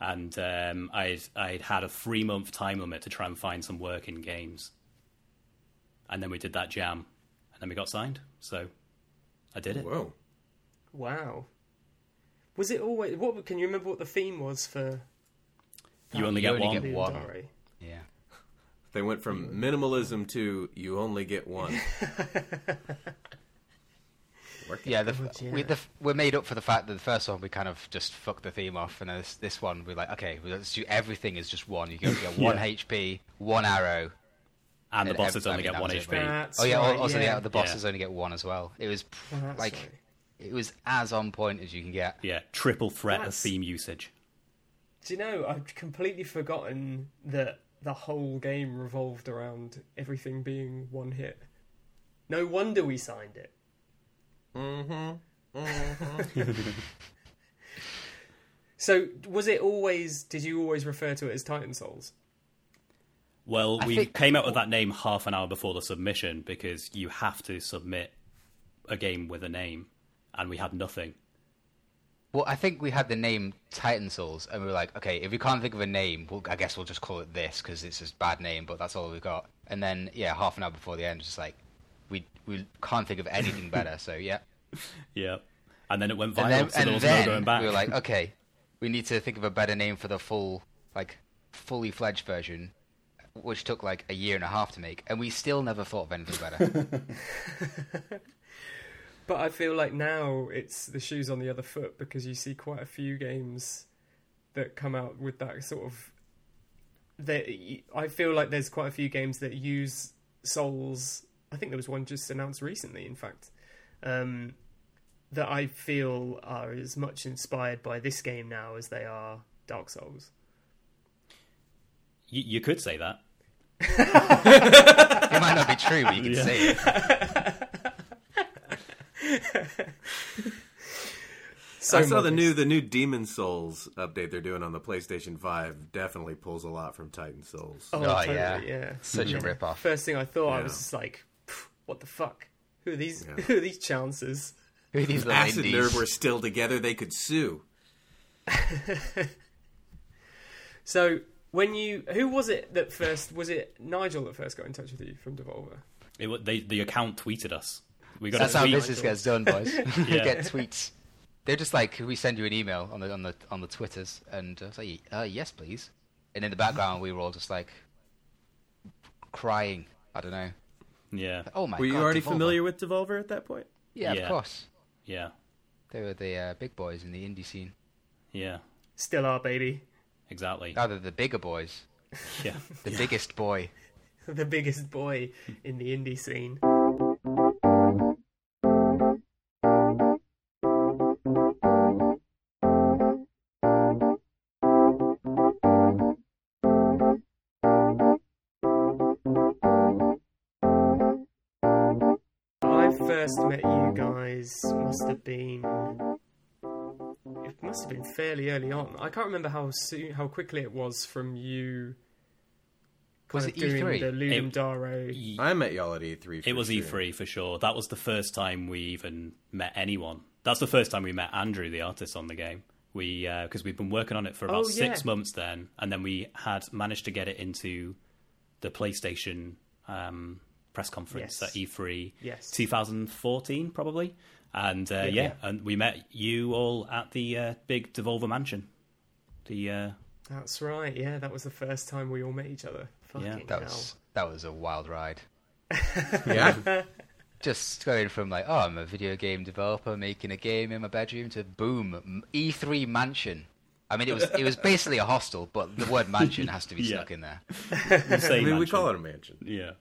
Speaker 2: and um, I'd I'd had a three month time limit to try and find some work in games, and then we did that jam, and then we got signed. So I did it.
Speaker 1: Whoa.
Speaker 3: Wow. Was it always? What can you remember? What the theme was for
Speaker 2: You only
Speaker 4: You
Speaker 2: get
Speaker 4: only
Speaker 2: one.
Speaker 4: get-
Speaker 3: Ludum
Speaker 4: One.
Speaker 3: Dare?
Speaker 4: Yeah.
Speaker 1: They went from minimalism to you only get one. Working.
Speaker 4: Yeah, the, f-
Speaker 3: God,
Speaker 4: We,
Speaker 3: yeah.
Speaker 4: the, f- we're made up for the fact that the first one we kind of just fucked the theme off, and this, this one we're like, okay, well, let's do everything is just one. You go- you get one HP, one arrow,
Speaker 2: and the
Speaker 4: and
Speaker 2: bosses
Speaker 4: every-
Speaker 2: only
Speaker 4: I mean,
Speaker 2: get one
Speaker 4: that was it,
Speaker 2: HP.
Speaker 4: really.
Speaker 3: That's
Speaker 4: oh yeah, al-
Speaker 3: right,
Speaker 4: also the-
Speaker 3: yeah.
Speaker 4: the bosses only get one as well. It was pr-
Speaker 3: That's
Speaker 4: like
Speaker 3: right.
Speaker 4: it was as on point as you can get.
Speaker 2: Yeah, triple threat
Speaker 3: That's-
Speaker 2: of theme usage.
Speaker 3: Do you know, I've completely forgotten that the whole game revolved around everything being one hit. No wonder we signed it. So was it always? Did you always refer to it as Titan Souls?
Speaker 2: Well,
Speaker 4: I
Speaker 2: we
Speaker 4: think-
Speaker 2: came out with that name half an hour before the submission because you have to submit a game with a name, and we had nothing.
Speaker 4: Well, I think we had the name Titan Souls, and we were like, okay, if we can't think of a name, we'll, I guess we'll just call it this because it's just bad name, but that's all we got. And then, yeah, half an hour before the end, just like, we we can't think of anything better. So yeah,
Speaker 2: Yeah, and then it went viral,
Speaker 4: and then,
Speaker 2: so there
Speaker 4: and
Speaker 2: was
Speaker 4: then
Speaker 2: no going back.
Speaker 4: we were like, okay, we need to think of a better name for the full, like, fully fledged version, which took like a year and a half to make, and we still never thought of anything better.
Speaker 3: But I feel like now it's the shoes on the other foot because you see quite a few games that come out with that sort of. That y- I feel like there's quite a few games that use souls. I think there was one just announced recently, in fact, um, that I feel are as much inspired by this game now as they are Dark Souls.
Speaker 2: you, you could say that.
Speaker 4: it might not be true, but you can
Speaker 2: Yeah.
Speaker 4: say it.
Speaker 3: So
Speaker 1: I saw the
Speaker 3: modest.
Speaker 1: new the new Demon Souls update they're doing on the PlayStation Five. Definitely pulls a lot from Titan Souls.
Speaker 3: Oh,
Speaker 4: Oh,
Speaker 3: totally,
Speaker 4: yeah.
Speaker 3: yeah.
Speaker 4: Such a
Speaker 3: Yeah.
Speaker 4: rip-off.
Speaker 3: First thing I thought, I
Speaker 1: Yeah.
Speaker 3: was just like, "Pff, "What the fuck? Who are these?
Speaker 1: Yeah.
Speaker 3: Who are these chances?"
Speaker 4: Who are these little
Speaker 1: Acid
Speaker 4: indies?
Speaker 1: Nerve were still together. They could sue.
Speaker 3: So when you, who was it that first? Was it Nigel that first got in touch with you from Devolver?
Speaker 2: It, wa- they, the account tweeted us. We got
Speaker 4: That's
Speaker 2: a
Speaker 4: how
Speaker 2: tweet.
Speaker 4: business gets done, boys. We
Speaker 2: Yeah.
Speaker 4: get tweets. They're just like, we send you an email on the on the on the twitters, and I was like, uh, yes, please. And in the background, we were all just like crying. I don't know.
Speaker 2: Yeah,
Speaker 4: Oh my
Speaker 1: Were
Speaker 4: god!
Speaker 1: you already
Speaker 4: Devolver.
Speaker 1: familiar with Devolver at that point?
Speaker 4: Yeah,
Speaker 2: Yeah.
Speaker 4: of course.
Speaker 2: yeah,
Speaker 4: They were the uh, big boys in the indie scene.
Speaker 2: yeah.
Speaker 3: Still are, baby.
Speaker 2: Exactly.
Speaker 4: Now they're the bigger boys,
Speaker 2: yeah.
Speaker 4: the biggest boy.
Speaker 3: The biggest boy in the indie scene. I first met you guys must have been it must have been fairly early on. I can't remember how soon how quickly it was from you
Speaker 4: Was
Speaker 3: kind
Speaker 4: it E
Speaker 3: of doing
Speaker 4: E3?
Speaker 3: the Ludum
Speaker 2: It-
Speaker 3: Dare.
Speaker 1: I met y'all at E3. for
Speaker 2: It was E
Speaker 1: sure.
Speaker 2: E3 for sure. That was the first time we even met anyone. That's the first time we met Andrew, the artist on the game. We because we've been working on it for about
Speaker 3: Oh,
Speaker 2: six
Speaker 3: yeah.
Speaker 2: months then, and then we had managed to get it into the PlayStation um, press conference
Speaker 3: Yes.
Speaker 2: at E E3
Speaker 3: Yes.
Speaker 2: 2014 probably. And uh, yeah,
Speaker 3: yeah.
Speaker 2: and we met you all at the uh, big Devolver Mansion. The uh,
Speaker 3: That's right. Yeah, that was the first time we all met each other. Fucking
Speaker 2: Yeah.
Speaker 4: That
Speaker 3: hell.
Speaker 4: was that was a wild ride.
Speaker 1: Yeah,
Speaker 4: Just going from like, oh, I'm a video game developer making a game in my bedroom to boom, m- E3 mansion. I mean, it was it was basically a hostel, but the word mansion has to be
Speaker 2: Yeah.
Speaker 4: stuck in there.
Speaker 2: the
Speaker 1: I
Speaker 2: same
Speaker 1: mean, we
Speaker 2: mansion.
Speaker 1: call it a mansion.
Speaker 2: yeah,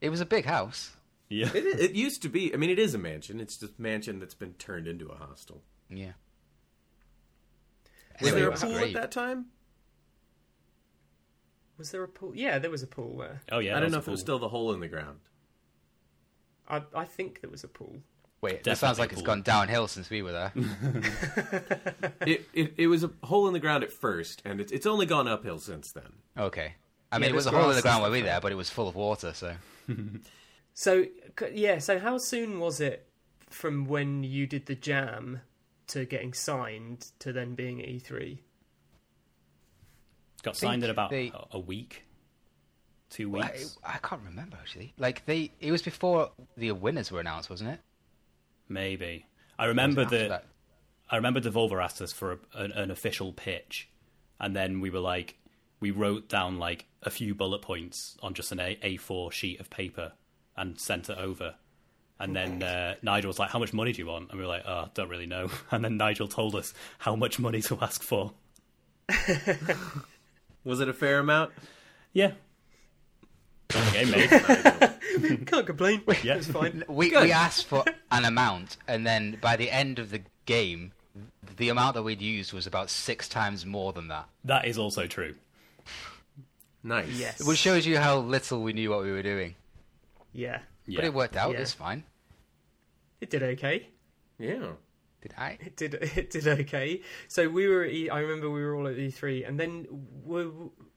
Speaker 4: It was a big house.
Speaker 2: yeah.
Speaker 1: It, it used to be. I mean, it is a mansion. It's just mansion that's been turned into a hostel.
Speaker 4: Yeah.
Speaker 1: Was
Speaker 4: Anyway,
Speaker 1: there
Speaker 4: it
Speaker 1: a
Speaker 4: was
Speaker 1: pool
Speaker 4: great.
Speaker 1: at that time?
Speaker 3: Was there a pool? Yeah, there was a pool there.
Speaker 2: Oh yeah.
Speaker 1: I
Speaker 2: that
Speaker 1: don't know
Speaker 2: a
Speaker 1: if it was
Speaker 2: cool-
Speaker 1: still the hole in the ground.
Speaker 3: I, I think there was a pool.
Speaker 4: Wait, that sounds
Speaker 2: Definitely
Speaker 4: like
Speaker 2: a
Speaker 4: it's
Speaker 2: pool.
Speaker 4: gone downhill since we were there.
Speaker 1: It, it it was a hole in the ground at first, and it's it's only gone uphill since then.
Speaker 4: Okay. I mean, it
Speaker 3: there's
Speaker 4: was a hole in
Speaker 3: grass
Speaker 4: the
Speaker 3: and
Speaker 4: ground where
Speaker 3: stuff
Speaker 4: we were there, but it was full of water, so.
Speaker 3: So c- yeah, so how soon was it from when you did the jam to getting signed to then being at E E3?
Speaker 2: Got signed in
Speaker 4: think
Speaker 2: about
Speaker 4: they-
Speaker 2: a- a week, two
Speaker 4: I,
Speaker 2: weeks,
Speaker 4: I can't remember, actually. Like, they. It was before the winners were announced, wasn't it?
Speaker 2: maybe. I remember
Speaker 4: After
Speaker 2: the
Speaker 4: that.
Speaker 2: I remember Devolver asked us for a, an, an official pitch, and then we were like, we wrote down like a few bullet points on just an a- A4 sheet of paper and sent it over. And then uh, Nigel was like, "How much money do you want?" And we were like, "Oh, don't really know." And then Nigel told us how much money to ask for.
Speaker 1: Was it a fair amount?
Speaker 2: Yeah. Okay, mate.
Speaker 3: Can't complain.
Speaker 2: Yeah.
Speaker 3: it's fine.
Speaker 4: We, we asked for an amount, and then by the end of the game, the amount that we'd used was about six times more than that.
Speaker 2: that is also true.
Speaker 1: Nice.
Speaker 3: Yes.
Speaker 4: Which shows you how little we knew what we were doing.
Speaker 3: Yeah,
Speaker 2: Yeah.
Speaker 4: But it worked out.
Speaker 3: Yeah.
Speaker 4: It's fine.
Speaker 3: it did okay.
Speaker 1: Yeah.
Speaker 4: Did I?
Speaker 3: It did it did okay. So we were. at E- I remember we were all at E three, and then were,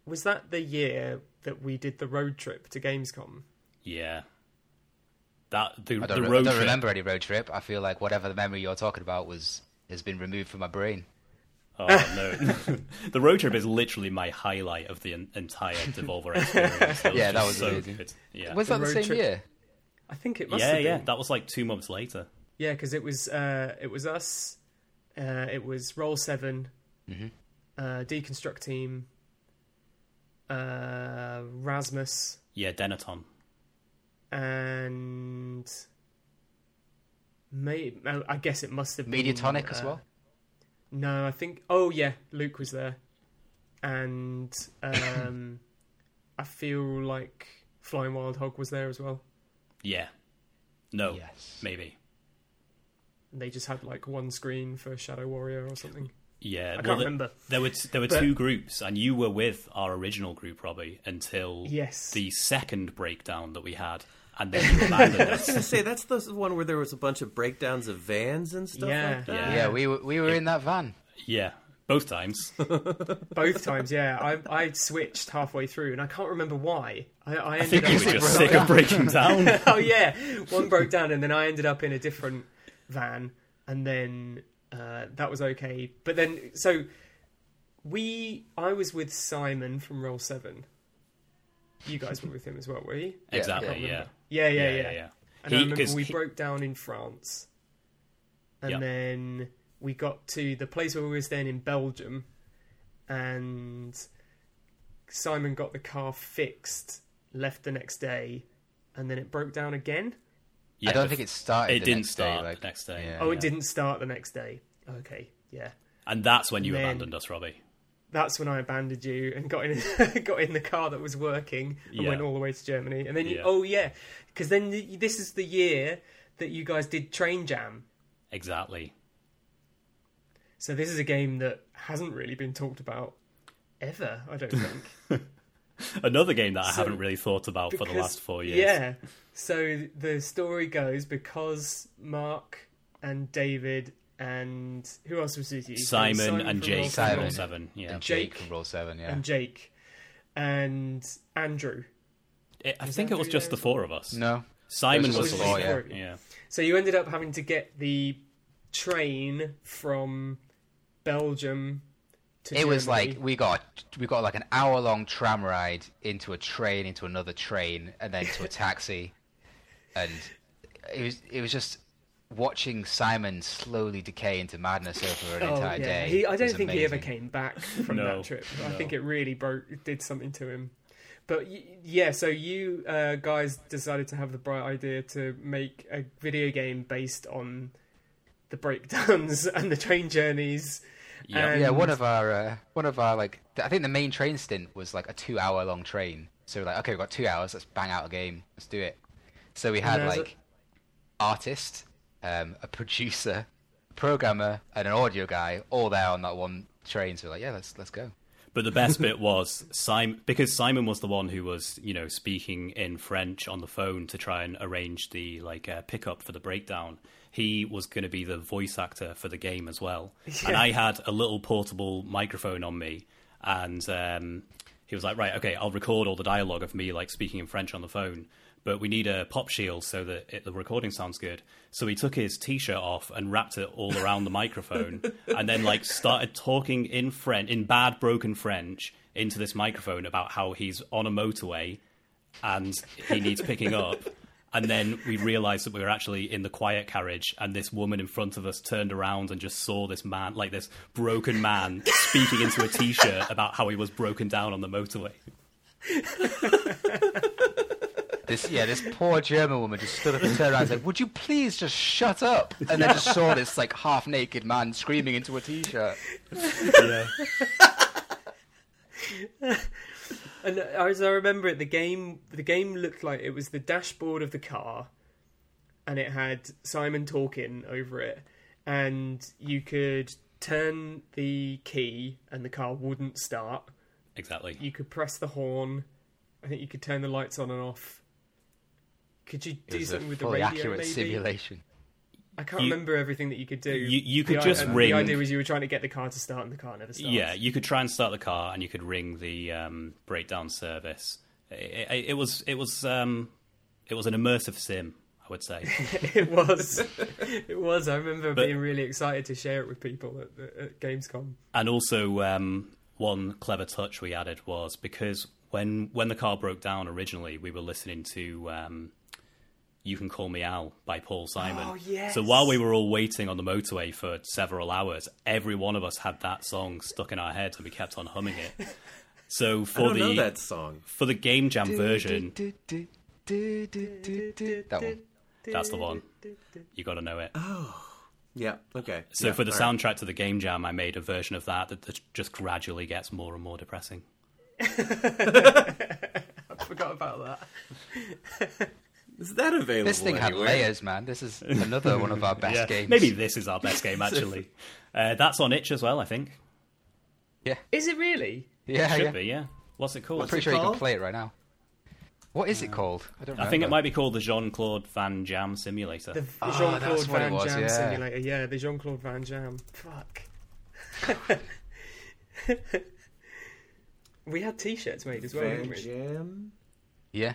Speaker 3: was that the year that we did the road trip to Gamescom?
Speaker 2: Yeah. That the,
Speaker 4: I
Speaker 2: the
Speaker 4: don't, re- I
Speaker 2: road
Speaker 4: don't
Speaker 2: trip.
Speaker 4: remember any road trip. I feel like whatever the memory you're talking about was has been removed from my brain.
Speaker 2: Oh no, the road trip is literally my highlight of the en- entire Devolver experience.
Speaker 4: Yeah, that
Speaker 2: just
Speaker 4: was
Speaker 2: so
Speaker 4: amazing.
Speaker 2: good. Yeah,
Speaker 4: Was
Speaker 3: The
Speaker 4: that the
Speaker 3: road
Speaker 4: same
Speaker 3: trip-
Speaker 4: year?
Speaker 3: I think it must.
Speaker 2: yeah,
Speaker 3: have
Speaker 2: yeah.
Speaker 3: been.
Speaker 2: That was like two months later.
Speaker 3: Yeah, because it was uh, it was us, uh, it was Roll 7
Speaker 4: Mm-hmm.
Speaker 3: uh, Deconstruct Team, uh, Rasmus,
Speaker 2: Yeah, Denaton.
Speaker 3: and may oh, I guess it must have been
Speaker 4: Mediatonic as
Speaker 3: uh,
Speaker 4: well.
Speaker 3: No, I think oh yeah, Luke was there, and um, I feel like Flying Wild Hog was there as well.
Speaker 2: Yeah. No.
Speaker 4: Yes.
Speaker 2: Maybe.
Speaker 3: And they just had like one screen for Shadow Warrior or something.
Speaker 2: Yeah. I
Speaker 3: can't remember.
Speaker 2: There were t- there were
Speaker 3: But-
Speaker 2: two groups, and you were with our original group, Robbie, until
Speaker 3: Yes.
Speaker 2: the second breakdown that we had, and then you abandoned us.
Speaker 1: I say that's the one where there was a bunch of breakdowns of vans and stuff
Speaker 3: Yeah.
Speaker 1: like that.
Speaker 2: Yeah.
Speaker 4: Yeah, we were, we were in that van.
Speaker 2: Yeah, both times.
Speaker 3: Both times, yeah. I I switched halfway through, and I can't remember why. I, I
Speaker 2: I think
Speaker 3: ended
Speaker 2: you
Speaker 3: up.
Speaker 2: were just sick of breaking down.
Speaker 3: oh yeah, one broke down, and then I ended up in a different van, and then uh, that was okay. But then, so we, I was with Simon from Roll Seven. You guys were with him as well, were you?
Speaker 2: exactly.
Speaker 3: remember.
Speaker 2: Yeah.
Speaker 3: Yeah, yeah, yeah. And I
Speaker 2: He-
Speaker 3: remember
Speaker 2: 'cause
Speaker 3: we
Speaker 2: he-
Speaker 3: broke down in France, and
Speaker 2: Yep.
Speaker 3: then we got to the place where we were staying in Belgium, and Simon got the car fixed, left the next day, and then it broke down again.
Speaker 2: yeah,
Speaker 4: I don't
Speaker 2: the
Speaker 4: think it started.
Speaker 2: It
Speaker 4: the
Speaker 2: didn't
Speaker 4: next day,
Speaker 2: start
Speaker 4: like-
Speaker 2: the next day.
Speaker 4: Yeah.
Speaker 3: Oh, it didn't start the next day. Okay, yeah.
Speaker 2: And that's when you
Speaker 3: Then-
Speaker 2: abandoned us, Robbie.
Speaker 3: That's when I abandoned you and got in got in the car that was working and
Speaker 2: Yeah.
Speaker 3: went all the way to Germany. And then you,
Speaker 2: Yeah.
Speaker 3: oh yeah, because then y this is the year that you guys did Train Jam.
Speaker 2: Exactly.
Speaker 3: So this is a game that hasn't really been talked about ever. I don't think
Speaker 2: Another game that I
Speaker 3: So-
Speaker 2: haven't really thought about for the
Speaker 3: Because-
Speaker 2: last four years.
Speaker 3: Yeah. So the story goes because Mark and David and who else was with you?
Speaker 2: Simon, and
Speaker 3: from
Speaker 2: Jake
Speaker 3: Roll
Speaker 2: from
Speaker 4: Simon.
Speaker 2: Roll Seven. Yeah.
Speaker 4: And Jake,
Speaker 3: Jake
Speaker 4: from Roll Seven. Yeah.
Speaker 3: and Jake and Andrew.
Speaker 2: It- I think it was
Speaker 3: Andrew
Speaker 2: just
Speaker 3: there
Speaker 2: the
Speaker 3: as
Speaker 2: four of us.
Speaker 4: no.
Speaker 2: Simon
Speaker 4: It
Speaker 2: was
Speaker 4: was
Speaker 2: the
Speaker 4: just the
Speaker 2: leader.
Speaker 3: four, yeah.
Speaker 2: Yeah.
Speaker 3: So you ended up having to get the train from Belgium to
Speaker 4: It was
Speaker 3: Germany.
Speaker 4: like we got we got like an hour long tram ride into a train into another train and then to a taxi, and it was it was just watching Simon slowly decay into madness over an entire day.
Speaker 3: Oh, He, I don't
Speaker 4: was
Speaker 3: think he ever
Speaker 4: amazing.
Speaker 3: came back from
Speaker 2: No,
Speaker 3: that trip. I think it really broke, it did something to him. But y- yeah, so you uh, guys decided to have the bright idea to make a video game based on the breakdowns and the train journeys.
Speaker 2: Yeah.
Speaker 3: And-
Speaker 4: Yeah, one of our uh, one of our like th- I think the main train stint was like a two hour long train. So we're like, okay, we've got two hours. Let's bang out a game. Let's do it. So we had
Speaker 3: there's a-
Speaker 4: like artist, um, a producer, programmer, and an audio guy all there on that one train. So we're like, yeah, let's let's go.
Speaker 2: But the best bit was Simon because Simon was the one who was you know speaking in French on the phone to try and arrange the like uh, pickup for the breakdown. He was going to be the voice actor for the game as well, and I had a little portable microphone on me, and um, he was like, "Right, okay, I'll record all the dialogue of me like speaking in French on the phone." But we need a pop shield so that it, the recording sounds good. So he took his t-shirt off and wrapped it all around the microphone, and then like started talking in French, in bad broken French, into this microphone about how he's on a motorway and he needs picking up. And then we realised that we were actually in the quiet carriage, and this woman in front of us turned around and just saw this man, like this broken man, speaking into a t-shirt about how he was broken down on the motorway.
Speaker 4: This yeah, this poor German woman just stood up and turned around and said, "Would you please just shut up?" And then just saw this like half naked man screaming into a t-shirt.
Speaker 2: Yeah,
Speaker 3: And as I remember it, the game the game looked like it was the dashboard of the car, and it had Simon talking over it, and you could turn the key and the car wouldn't start.
Speaker 2: exactly.
Speaker 3: You could press the horn. I think you could turn the lights on and off. Could you
Speaker 4: It
Speaker 3: do
Speaker 4: was a
Speaker 3: something with the
Speaker 4: fully
Speaker 3: radio?
Speaker 4: accurate
Speaker 3: maybe?
Speaker 4: simulation.
Speaker 3: I can't
Speaker 2: You-
Speaker 3: remember everything that you could do.
Speaker 2: you- you
Speaker 3: The
Speaker 2: could
Speaker 3: i-
Speaker 2: just
Speaker 3: and
Speaker 2: ring.
Speaker 3: The idea was you were trying to get the car to start, and the car never starts.
Speaker 2: Yeah, you could try and start the car, and you could ring the um, breakdown service. It, it, it was it was um, it was an immersive sim, I would say.
Speaker 3: it was. It was. I remember
Speaker 2: But-
Speaker 3: being really excited to share it with people at, the- at Gamescom.
Speaker 2: and also, um, one clever touch we added was because when when the car broke down originally, we were listening to um, "You Can Call Me Al" by Paul Simon.
Speaker 3: Oh, yes.
Speaker 2: So while we were all waiting on the motorway for several hours, every one of us had that song stuck in our head, and we kept on humming it. So
Speaker 1: I
Speaker 2: for
Speaker 1: don't know
Speaker 2: the
Speaker 1: that song.
Speaker 2: for the game jam version,
Speaker 4: That one.
Speaker 2: That's the one. you got to know it.
Speaker 1: Yeah. Okay.
Speaker 2: So
Speaker 1: Oh, Yeah,
Speaker 2: for the
Speaker 1: all right.
Speaker 2: soundtrack to the game jam, I made a version of that that that just gradually gets more and more depressing.
Speaker 3: I forgot about that.
Speaker 1: is that available?
Speaker 4: This thing had
Speaker 1: anywhere?
Speaker 4: layers, man. This is another one of our best
Speaker 2: Yeah,
Speaker 4: games.
Speaker 2: maybe this is our best game actually. uh, that's on itch as well, I think.
Speaker 3: Is it really?
Speaker 4: Yeah,
Speaker 2: Should
Speaker 4: Oh, yeah.
Speaker 2: be, yeah. What's it called?
Speaker 4: I'm pretty
Speaker 1: it
Speaker 4: sure you
Speaker 1: called?
Speaker 4: can play it right now. What is
Speaker 3: Uh,
Speaker 4: it called? I don't
Speaker 2: I
Speaker 4: remember.
Speaker 2: think it might be called the Jean Claude Van Jam Simulator.
Speaker 3: The
Speaker 4: Ah,
Speaker 3: Jean Claude
Speaker 4: that's what it
Speaker 3: Van
Speaker 4: was,
Speaker 3: Jam
Speaker 4: yeah.
Speaker 3: simulator. Yeah, the Jean Claude Van Jam. Fuck. we had T-shirts made as well, didn't
Speaker 1: Van
Speaker 3: we?
Speaker 1: Jam?
Speaker 4: Yeah.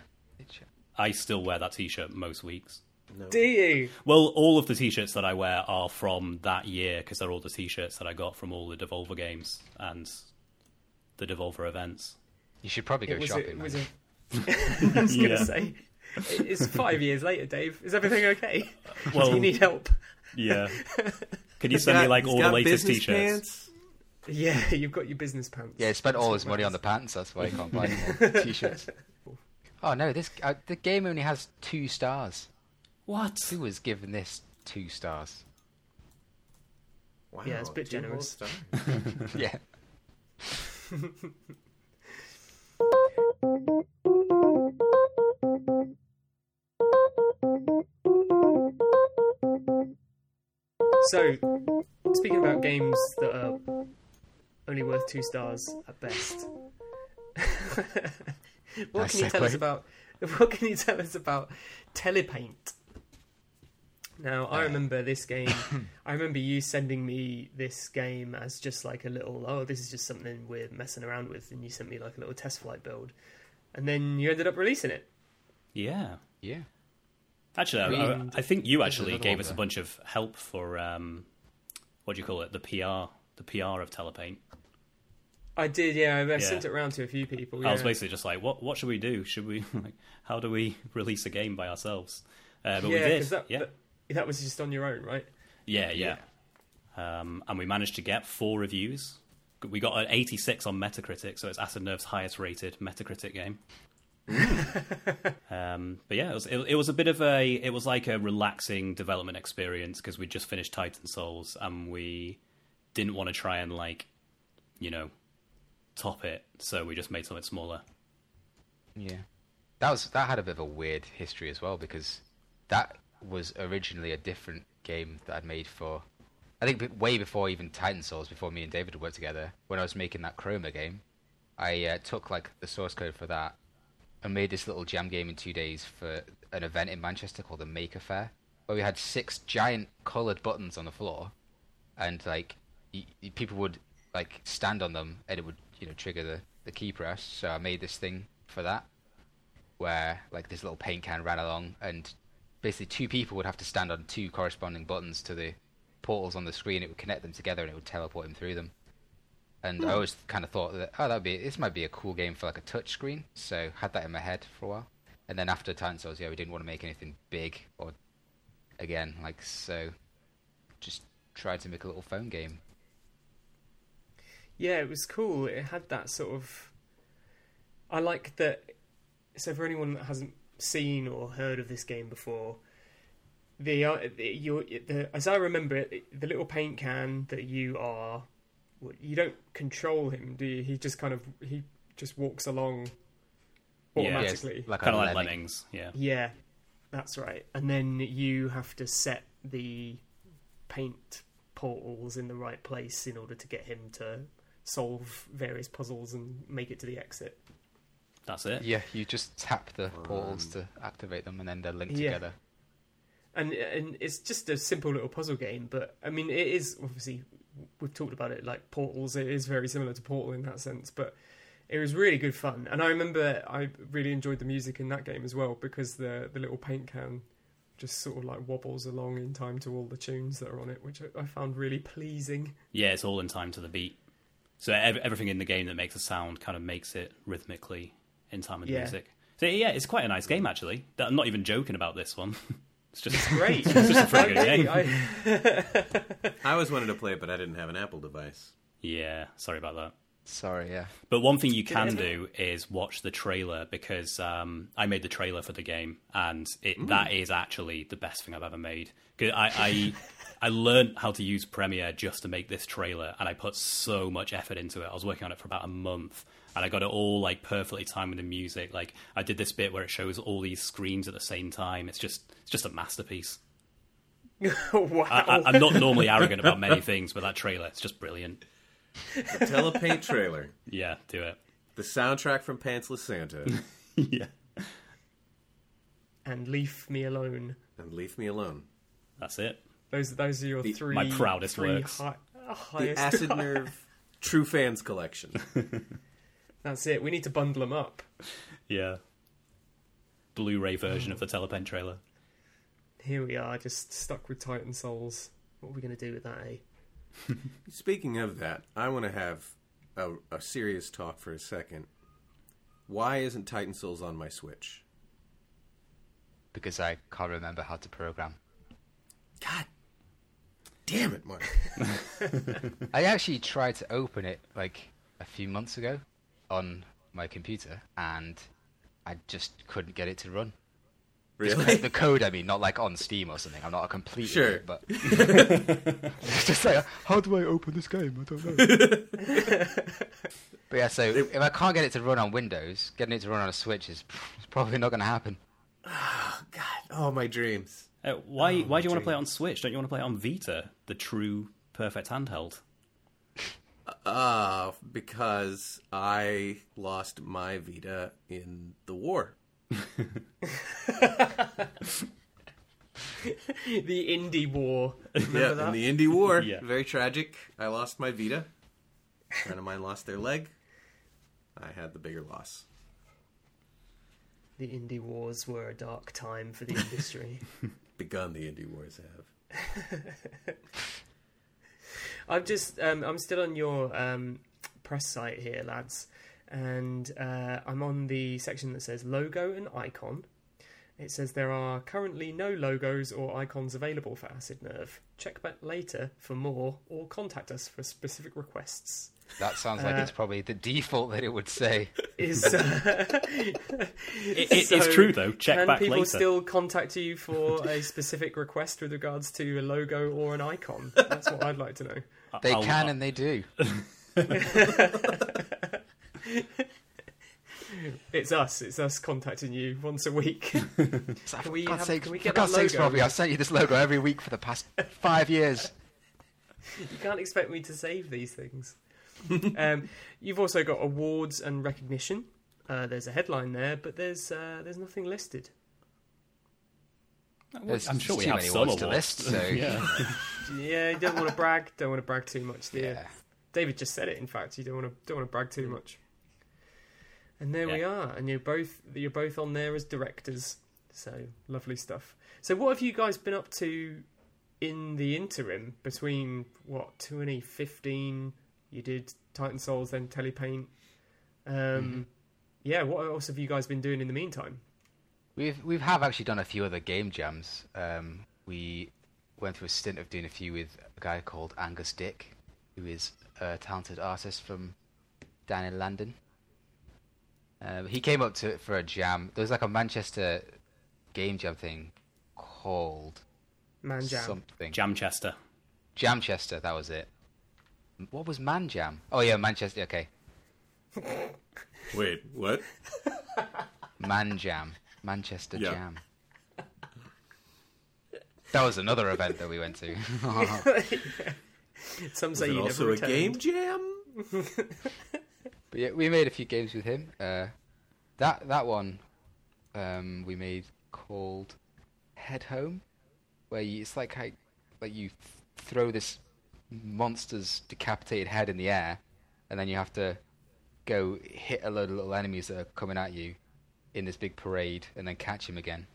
Speaker 2: I still wear that T-shirt most weeks.
Speaker 1: No.
Speaker 3: Do you?
Speaker 2: Well, all of the T-shirts that I wear are from that year because they're all the T-shirts that I got from all the Devolver games and the Devolver events.
Speaker 4: You should probably go
Speaker 3: was
Speaker 4: shopping.
Speaker 3: it
Speaker 4: man.
Speaker 3: was a. I was gonna
Speaker 2: Yeah.
Speaker 3: say, it- it's five years later, Dave. Is everything okay? Do
Speaker 2: Well,
Speaker 3: you need help?
Speaker 2: yeah. Could you send me
Speaker 1: Got-
Speaker 2: like
Speaker 1: he's
Speaker 2: all the
Speaker 1: got
Speaker 2: latest
Speaker 1: business
Speaker 2: T-shirts?
Speaker 1: pants?
Speaker 3: Yeah, you've got your business pants.
Speaker 4: Yeah, he spent all his money on the pants. That's why he can't buy any more t-shirts. Oh no, this uh, the game only has two stars.
Speaker 2: What?
Speaker 4: Who was given this two stars?
Speaker 1: Wow,
Speaker 3: Yeah, it's a bit
Speaker 1: two whole
Speaker 3: generous.
Speaker 1: stars.
Speaker 4: Yeah.
Speaker 3: So, speaking about games that are only worth two stars at best, what
Speaker 4: Nice
Speaker 3: can you tell us
Speaker 4: segue.
Speaker 3: about? What can you tell us about Telepaint? Now, I remember this game. I remember you sending me this game as just like a little, oh, this is just something we're messing around with, and you sent me like a little test flight build, and then you ended up releasing it.
Speaker 2: Yeah.
Speaker 4: Yeah.
Speaker 2: Actually, I, I-
Speaker 3: Green-
Speaker 2: I think you actually
Speaker 4: another
Speaker 2: gave
Speaker 4: one
Speaker 2: us a
Speaker 4: there.
Speaker 2: bunch of help for um, what do you call it? The PR, the PR of Telepaint.
Speaker 3: I did, yeah. I, I sent
Speaker 2: Yeah.
Speaker 3: it around to a few people.
Speaker 2: I was
Speaker 3: yeah.
Speaker 2: basically just like, what What should we do? Should we? Like, how do we release a game by ourselves? Uh, but
Speaker 3: yeah,
Speaker 2: we did.
Speaker 3: 'cause That,
Speaker 2: yeah.
Speaker 3: That, that was just on your own, right?
Speaker 2: yeah, yeah, Um, and we managed to get four reviews. We got an 86 on Metacritic, so it's Acid Nerve's highest rated Metacritic game. um, but yeah, it was, it, it was a bit of a it was like a relaxing development experience because we just finished Titan Souls and we didn't want to try and like you know top it, so we just made something smaller.
Speaker 4: Yeah. That was that had a bit of a weird history as well because that was originally a different game that I'd made for I think b- way before even Titan Souls before me and David worked together when I was making that Chroma game I uh, took like the source code for that and made this little jam game in 2 days for an event in Manchester called the Maker Fair where we had six giant colored buttons on the floor and like y- y- people would like stand on them and it would you know trigger the, the key press so i made this thing for that where like this little paint can ran along and basically two people would have to stand on two corresponding buttons to the portals on the screen it would connect them together and it would teleport them through them and i always kind of thought that oh that would be this might be a cool game for like a touch screen so had that in my head for a while and then after Titan Souls, yeah, we didn't want to make anything big or again, like so just tried to make a little phone game.
Speaker 3: Yeah, it was cool. It had that sort of. I like that. So for anyone that hasn't seen or heard of this game before, the, uh, the you the as I remember it, the little paint can that you are, well, you don't control him, do you? He just kind of he just walks along
Speaker 2: Yeah.
Speaker 4: Yeah, it's
Speaker 3: automatically.
Speaker 4: like a
Speaker 2: Kind of like
Speaker 4: lemming.
Speaker 2: Lemmings, yeah.
Speaker 3: Yeah, that's right. And then you have to set the paint portals in the right place in order to get him to solve various puzzles and make it to the exit.
Speaker 2: That's it.
Speaker 4: Yeah, you just tap the portals to activate them, and then they're linked
Speaker 3: Yeah.
Speaker 4: together.
Speaker 3: and and it's just a simple little puzzle game but i mean it is obviously we've talked about it like portals it is very similar to portal in that sense but it was really good fun and i remember i really enjoyed the music in that game as well because the the little paint can just sort of like wobbles along in time to all the tunes that are on it which I- i found really pleasing
Speaker 2: Yeah, it's all in time to the beat. So ev- everything in the game that makes a sound kind of makes it rhythmically in time with the
Speaker 3: Yeah.
Speaker 2: music. So yeah, it's quite a nice game actually. That- I'm not even joking about this one. it's just
Speaker 3: great
Speaker 2: it's just a freaking game.
Speaker 3: I,
Speaker 1: I always wanted to play it, but I didn't have an Apple device.
Speaker 2: Yeah, sorry about that.
Speaker 4: Sorry, yeah.
Speaker 2: But one thing you can do is watch the trailer because um, I made the trailer for the game, and it, that is actually the best thing I've ever made. 'Cause I, I, I learned how to use Premiere just to make this trailer, and I put so much effort into it. I was working on it for about a month, and I got it all like perfectly timed with the music. Like I did this bit where it shows all these screens at the same time. It's just, it's just a masterpiece.
Speaker 3: wow
Speaker 2: I, I, I'm not normally arrogant about many things, but that trailer, it's just brilliant.
Speaker 1: The Telepaint trailer,
Speaker 2: Yeah, do it.
Speaker 1: the soundtrack from Pantsless Santa,
Speaker 2: yeah,
Speaker 3: and leave me alone
Speaker 1: and Leave Me Alone.
Speaker 2: that's it.
Speaker 3: those those are your
Speaker 1: The-
Speaker 3: three
Speaker 2: my proudest
Speaker 3: three
Speaker 2: works.
Speaker 3: hi- uh,
Speaker 1: The
Speaker 3: highest
Speaker 1: Acid Nerve True Fans Collection.
Speaker 3: that's it we need to bundle them up
Speaker 2: Yeah. Blu-ray version of the Telepen trailer.
Speaker 3: Here we are, just stuck with Titan Souls. What are we going to do with that, eh?
Speaker 1: Speaking of that, I want to have a, a serious talk for a second. Why isn't Titan Souls on my Switch?
Speaker 4: Because I can't remember how to program.
Speaker 1: God damn it, Mark.
Speaker 4: I actually tried to open it like a few months ago on my computer, and I just couldn't get it to run. The code, I mean, not like on Steam or something. I'm not a complete
Speaker 1: Sure.
Speaker 4: idiot, but it's just like, how do I open this game? I don't know. but yeah, so if I can't get it to run on Windows, getting it to run on a Switch is it's probably not going to happen.
Speaker 1: God, oh, my dreams.
Speaker 2: Uh,
Speaker 4: Oh,
Speaker 2: why? why do you want to play it on Switch? Don't you want to play it on Vita, the true perfect handheld?
Speaker 1: Uh, because I lost my Vita in the war.
Speaker 3: The Indie War. Remember
Speaker 1: yeah,
Speaker 3: that?
Speaker 1: in the Indie War.
Speaker 2: Yeah.
Speaker 1: Very tragic. I lost my Vita. A friend of mine lost their leg. I had the bigger loss.
Speaker 3: The Indie Wars were a dark time for the industry.
Speaker 1: Begun the Indie Wars have.
Speaker 3: I'm just, um, I'm still on your um, press site here, lads, and uh, I'm on the section that says logo and icon. It says there are currently no logos or icons available for Acid Nerve. Check back later for more, or contact us for specific requests.
Speaker 4: That sounds like
Speaker 3: Uh,
Speaker 4: it's probably the default that it would say.
Speaker 3: Is
Speaker 2: It, it,
Speaker 3: uh, So,
Speaker 2: it's true though. Check
Speaker 3: Can
Speaker 2: back
Speaker 3: people
Speaker 2: later.
Speaker 3: still contact you for a specific request with regards to a logo or an icon? That's what I'd like to know.
Speaker 2: I-
Speaker 4: They
Speaker 2: I'll-
Speaker 4: can and they do.
Speaker 3: It's us. It's us contacting you once a week.
Speaker 4: It's
Speaker 3: Can
Speaker 4: like, for
Speaker 3: we
Speaker 4: God's
Speaker 3: have-
Speaker 4: sake,
Speaker 3: can we
Speaker 4: for
Speaker 3: get that
Speaker 4: God's sakes,
Speaker 3: logo?
Speaker 4: Robbie, I've sent you this logo every week for the past five years.
Speaker 3: you can't expect me to save these things. um, you've also got awards and recognition. Uh, there's a headline there, but there's uh, there's nothing listed.
Speaker 4: There's
Speaker 2: I'm sure we
Speaker 4: too
Speaker 2: have
Speaker 4: many
Speaker 2: some
Speaker 4: awards to list,
Speaker 2: awards.
Speaker 4: so
Speaker 2: yeah.
Speaker 3: Yeah, you don't want to brag. Don't want to brag too much. Do you?
Speaker 4: yeah.
Speaker 3: David just said it. In fact, you don't want to don't want to brag
Speaker 1: Hmm.
Speaker 3: too much. And there we
Speaker 2: Yeah.
Speaker 3: are, and you're both you're both on there as directors. So lovely stuff. So what have you guys been up to in the interim between what 2015? You did Titan Souls, then Telepaint. Um,
Speaker 1: Mm-hmm.
Speaker 3: Yeah, what else have you guys been doing in the meantime?
Speaker 4: We've we've have actually done a few other game jams. Um, we went through a stint of doing a few with a guy called Angus Dick, who is a talented artist from down in London. Um, he came up to for a jam. There was like a Manchester game jam thing called
Speaker 3: Man Jam.
Speaker 4: something.
Speaker 2: Jamchester.
Speaker 4: Jamchester, that was it. M- What was Man Jam? Oh yeah, Manchester. Okay,
Speaker 1: Wait, what?
Speaker 4: Man Jam, Manchester
Speaker 1: Yeah.
Speaker 4: Jam. That was another event that we went to.
Speaker 3: Some
Speaker 1: Was
Speaker 3: say
Speaker 1: it
Speaker 3: you
Speaker 1: also
Speaker 3: never
Speaker 1: a
Speaker 3: returned.
Speaker 1: game jam?
Speaker 4: But yeah, we made a few games with him. Uh, that that one um, we made called Head Home, where you, it's like how, like you th- throw this monster's decapitated head in the air, and then you have to go hit a load of little enemies that are coming at you in this big parade, and then catch him again.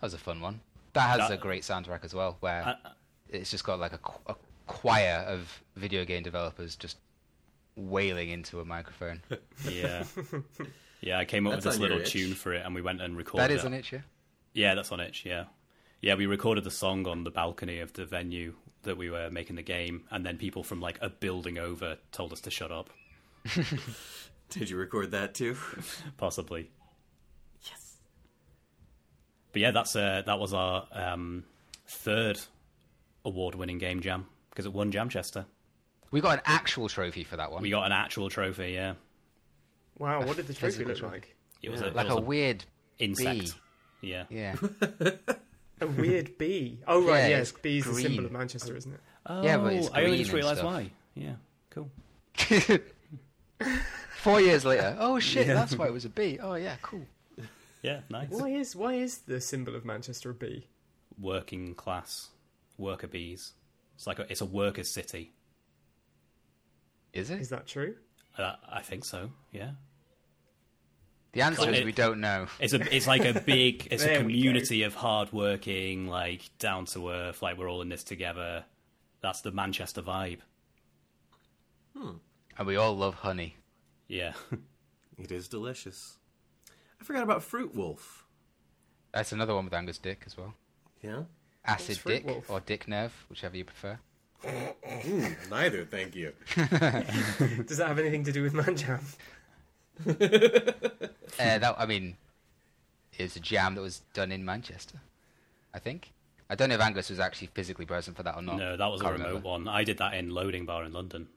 Speaker 4: That was a fun one. That has
Speaker 2: That-
Speaker 4: a great soundtrack as well, where
Speaker 2: I- I-
Speaker 4: it's just got like a, qu- a choir of video game developers just wailing into a microphone.
Speaker 2: yeah, yeah. I came up
Speaker 1: That's
Speaker 2: with
Speaker 1: on
Speaker 2: this
Speaker 1: your
Speaker 2: little
Speaker 1: itch.
Speaker 2: tune for it, and we went and recorded.
Speaker 4: that is
Speaker 2: it.
Speaker 4: an itch, yeah.
Speaker 2: Yeah, that's on itch. Yeah, yeah. We recorded the song on the balcony of the venue that we were making the game, and then people from like a building over told us to shut up.
Speaker 1: Did you record that too?
Speaker 2: possibly. Yes. But yeah, that's uh, that was our um, third award-winning game jam because it won Jamchester.
Speaker 4: We got an actual trophy for that one.
Speaker 2: We got an actual trophy. Yeah,
Speaker 3: Wow, what did the trophy
Speaker 4: physical
Speaker 3: look
Speaker 4: trophy.
Speaker 3: like?
Speaker 2: it was it
Speaker 4: like
Speaker 2: was
Speaker 4: a
Speaker 2: an
Speaker 4: weird
Speaker 2: insect. Yeah.
Speaker 4: yeah.
Speaker 3: A weird bee. Oh right,
Speaker 4: Yeah,
Speaker 3: yes,
Speaker 4: it's
Speaker 3: B is the symbol
Speaker 4: green.
Speaker 3: of Manchester, isn't it?
Speaker 2: Oh,
Speaker 4: Yeah, but it's
Speaker 2: I
Speaker 4: green
Speaker 2: only just
Speaker 4: and
Speaker 2: realised
Speaker 4: stuff.
Speaker 2: why. Yeah, cool.
Speaker 4: Four years later. Oh shit, that's why it was a B. Oh yeah, cool.
Speaker 2: Yeah, nice.
Speaker 3: Why is why is the symbol of Manchester a bee?
Speaker 2: Working class worker bees. It's like a, it's a workers' city.
Speaker 4: Is
Speaker 3: Is
Speaker 4: it?
Speaker 3: that true?
Speaker 2: Uh, I think so. Yeah,
Speaker 4: The answer
Speaker 2: Got
Speaker 4: is
Speaker 2: it.
Speaker 4: we don't know.
Speaker 2: it's a it's like a big it's a
Speaker 3: There we go.
Speaker 2: community of hardworking, like down to earth, like we're all in this together. That's the Manchester vibe.
Speaker 4: And we all love honey.
Speaker 2: Yeah.
Speaker 1: It is delicious. I forgot about Fruit Wolf.
Speaker 4: That's another one with Angus Dick as well.
Speaker 1: Yeah?
Speaker 4: Acid
Speaker 3: Fruit
Speaker 4: Dick
Speaker 3: Wolf?
Speaker 4: or Dick Nerve, whichever you prefer.
Speaker 1: Neither, thank you.
Speaker 3: Does that have anything to do with Man Jam?
Speaker 4: Uh, that I mean, it's a jam that was done in Manchester, I think. I don't know if Angus was actually physically present for that or not.
Speaker 2: No, that was a
Speaker 4: Can't
Speaker 2: remote
Speaker 4: remember.
Speaker 2: one. I did that in Loading Bar in London.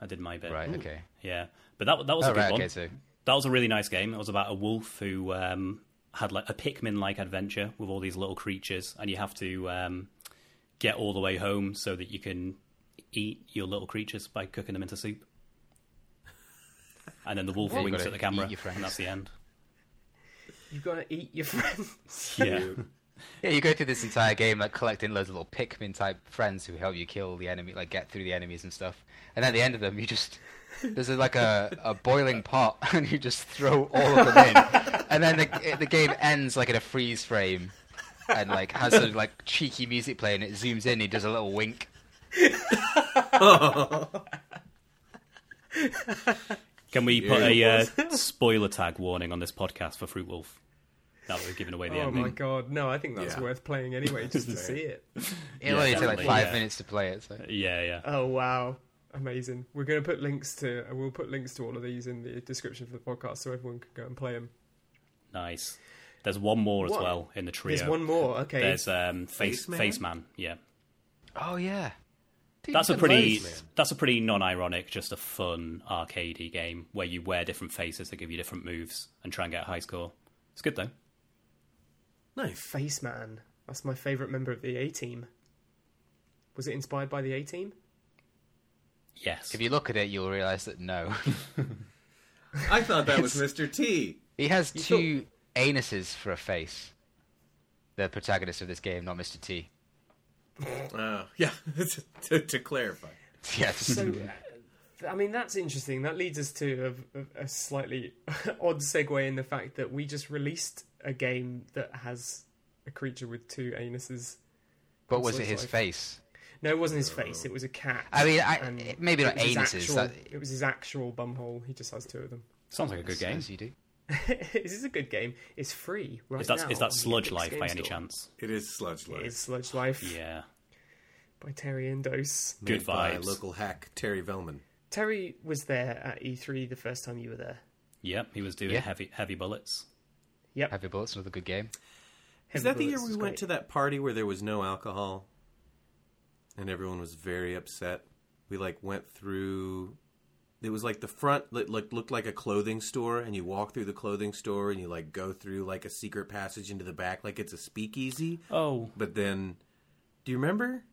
Speaker 2: I did my bit.
Speaker 4: Right. Okay.
Speaker 2: Yeah. But that that was a
Speaker 4: Oh,
Speaker 2: good
Speaker 4: right.
Speaker 2: one.
Speaker 4: Okay. So
Speaker 2: That was a really nice game. It was about a wolf who um, had like a Pikmin like adventure with all these little creatures, and you have to um, get all the way home so that you can eat your little creatures by cooking them into soup. And then the wolf
Speaker 4: Yeah, you
Speaker 2: winks
Speaker 4: gotta
Speaker 2: at the camera,
Speaker 4: eat your friends.
Speaker 2: and that's the end.
Speaker 3: You've got to eat your friends.
Speaker 2: Yeah,
Speaker 4: yeah, you go through this entire game like collecting loads of little Pikmin type friends who help you kill the enemy, like get through the enemies and stuff. And at the end of them, you just there's a, like a, a boiling pot, and you just throw all of them in, and then the the game ends like in a freeze frame, and like has sort of like cheeky music playing. It zooms in, he does a little wink.
Speaker 2: can we put
Speaker 1: Yeah,
Speaker 2: a uh, spoiler tag warning on this podcast for Fruit Wolf? Now that we've given away the
Speaker 3: oh
Speaker 2: ending.
Speaker 3: my god, no! I think that's
Speaker 1: Yeah.
Speaker 3: worth playing anyway, just to see it.
Speaker 4: It'll only take like
Speaker 2: definitely,
Speaker 4: five
Speaker 2: yeah.
Speaker 4: minutes to play it. So.
Speaker 2: Yeah, yeah.
Speaker 3: Oh wow, amazing! We're going to put links to, and we'll put links to all of these in the description for the podcast, so everyone can go and play them.
Speaker 4: Oh,
Speaker 2: Nice. There's one more as
Speaker 3: What?
Speaker 2: well in the trio.
Speaker 3: There's one more. Okay,
Speaker 2: There's, um, face,
Speaker 1: Face Man?
Speaker 2: face man. Yeah.
Speaker 4: Oh yeah, Dude,
Speaker 2: that's a
Speaker 4: you've done
Speaker 2: pretty
Speaker 4: loads.
Speaker 2: that's a pretty non-ironic just a fun arcadey game where you wear different faces that give you different moves and try and get a high score it's good though
Speaker 1: Nice.
Speaker 3: Face Man. That's my favourite member of the A Team. Was it inspired by the A Team?
Speaker 2: yes
Speaker 4: If you look at it, you'll realize that no,
Speaker 1: I thought that was Mr. T.
Speaker 4: he has
Speaker 3: You
Speaker 4: two anuses for a face. The protagonist of this game, not Mr. T.
Speaker 1: Uh, yeah, to, to clarify.
Speaker 4: Yes.
Speaker 3: So, uh, I mean, that's interesting. That leads us to a, a slightly odd segue in the fact that we just released a game that has a creature with two anuses.
Speaker 4: but was
Speaker 3: so
Speaker 4: it his
Speaker 3: sorry.
Speaker 4: face?
Speaker 3: No, it wasn't his face. It was a cat.
Speaker 4: I mean, I,
Speaker 3: And
Speaker 4: it- maybe not
Speaker 3: it was his
Speaker 4: anuses.
Speaker 3: actual-
Speaker 4: that,
Speaker 3: It was his actual bumhole. He just has two of them.
Speaker 2: sounds like a good game
Speaker 4: as you do.
Speaker 3: this is a good game. It's free right
Speaker 2: is that
Speaker 3: now.
Speaker 2: is that
Speaker 3: on the
Speaker 2: sludge
Speaker 3: Epic
Speaker 2: life by
Speaker 3: Games
Speaker 2: any
Speaker 3: Store.
Speaker 2: chance
Speaker 1: It is Sludge
Speaker 3: It is
Speaker 1: Life.
Speaker 3: Sludge Life
Speaker 2: yeah
Speaker 3: by Terry Endos.
Speaker 2: Good
Speaker 1: Made by
Speaker 2: vibes.
Speaker 1: local hack Terry Velman.
Speaker 3: Terry was there at E3 the first time you were there.
Speaker 2: yep he was doing
Speaker 4: Yeah.
Speaker 2: heavy heavy bullets
Speaker 3: Yep.
Speaker 4: Heavy Bullets, another good game.
Speaker 1: Is that the year we went to that party where there was no alcohol and everyone was very upset? We like went through it was like the front li- like looked like a clothing store and you walk through the clothing store and you like go through like a secret passage into the back like it's a speakeasy.
Speaker 2: oh
Speaker 1: But then do you remember?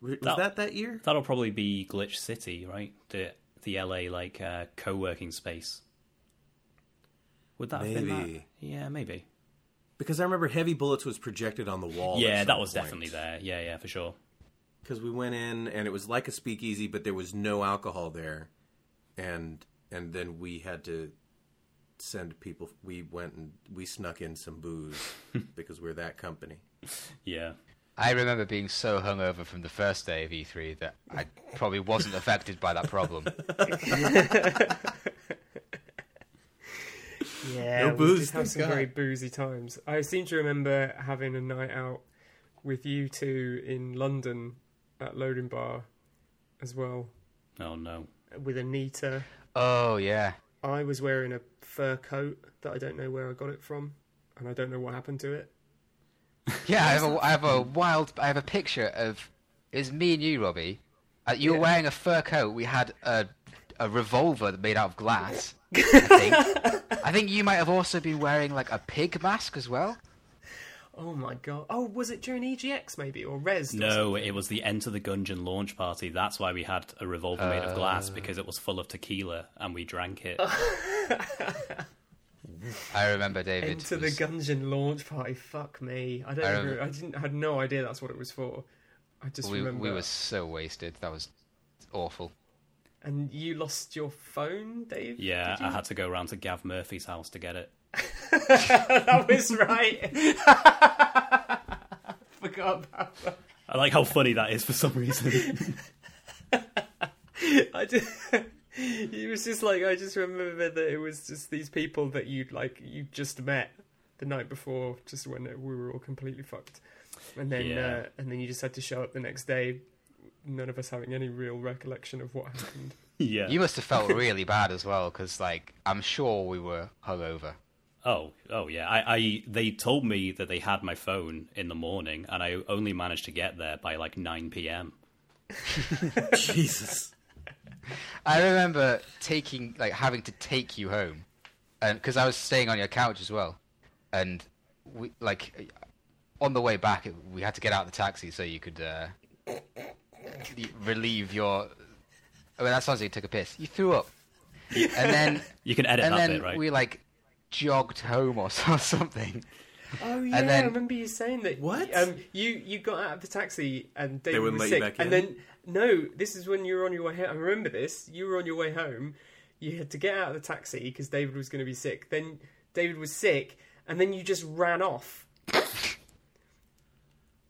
Speaker 1: Was
Speaker 2: That-
Speaker 1: that that year?
Speaker 2: that'll probably be glitch city right the the LA like uh, co-working space. Would that have been that?
Speaker 1: Maybe.
Speaker 2: Yeah, maybe.
Speaker 1: Because I remember Heavy Bullets was projected on the wall.
Speaker 2: yeah, that was definitely there. Yeah, yeah, for sure.
Speaker 1: Because we went in and it was like a speakeasy, but there was no alcohol there, and and then we had to send people. We went and we snuck in some booze because we're that company.
Speaker 2: Yeah.
Speaker 4: I remember being so hungover from the first day of E3 that I probably wasn't affected by that problem.
Speaker 3: Yeah,
Speaker 1: No
Speaker 3: we
Speaker 1: booze,
Speaker 3: did have
Speaker 1: thank
Speaker 3: some
Speaker 1: God.
Speaker 3: very boozy times. I seem to remember having a night out with you two in London at Loading Bar as well
Speaker 2: Oh no.
Speaker 3: with Anita.
Speaker 4: Oh yeah,
Speaker 3: I was wearing a fur coat that I don't know where I got it from, and I don't know what happened to it.
Speaker 4: yeah. I have a, I have a wild. I have a picture of it's me and you, Robbie. Uh, you were wearing a fur coat. We had a a revolver made out of glass. I think. I think you might have also been wearing like a pig mask as well.
Speaker 3: Oh my god! Oh, was it during EGX maybe or Res?
Speaker 2: No, it was the Enter the Gungeon launch party. That's why we had a revolver made of
Speaker 4: Oh.
Speaker 2: glass because it was full of tequila and we drank it.
Speaker 4: I remember David.
Speaker 3: Into the
Speaker 4: was-
Speaker 3: Gungeon launch party. Fuck me! I don't.
Speaker 4: I
Speaker 3: I,
Speaker 4: remember-
Speaker 3: I didn't. I had no idea that's what it was for. I just
Speaker 4: we,
Speaker 3: remember.
Speaker 4: we were so wasted. That was awful.
Speaker 3: And you lost your phone, Dave.
Speaker 2: Yeah, I had to go round to Gav Murphy's house to get it.
Speaker 3: that was right. Forgot about that.
Speaker 2: I like how funny that is for some reason.
Speaker 3: I just, it was just like I just remember that it was just these people that you would like you just met the night before, just when we were all completely fucked, and then
Speaker 2: Yeah.
Speaker 3: uh, and then you just had to show up the next day, none of us having any real recollection of what happened.
Speaker 2: yeah.
Speaker 4: You must have felt really bad as well, because like I'm sure we were hungover.
Speaker 2: Oh, oh yeah. I, I they told me that they had my phone in the morning, and I only managed to get there by like nine p.m.
Speaker 1: Jesus.
Speaker 4: I remember taking like having to take you home, and because I was staying on your couch as well, and we like on the way back it, we had to get out of the taxi so you could uh, relieve your. I mean, that sounds like you took a piss. You threw up, and then
Speaker 2: You can edit
Speaker 4: and
Speaker 2: that
Speaker 4: then
Speaker 2: bit, right?
Speaker 4: we like jogged home or so- something.
Speaker 3: Oh yeah,
Speaker 4: then-
Speaker 3: I remember you saying that.
Speaker 1: What?
Speaker 3: Um, you you got out of the taxi and David
Speaker 1: wouldn't
Speaker 3: was
Speaker 1: let you
Speaker 3: sick,
Speaker 1: back in?
Speaker 3: and then no, this is when you were on your way home. I remember this. You were on your way home. You had to get out of the taxi because David was going to be sick. Then David was sick, and then you just ran off.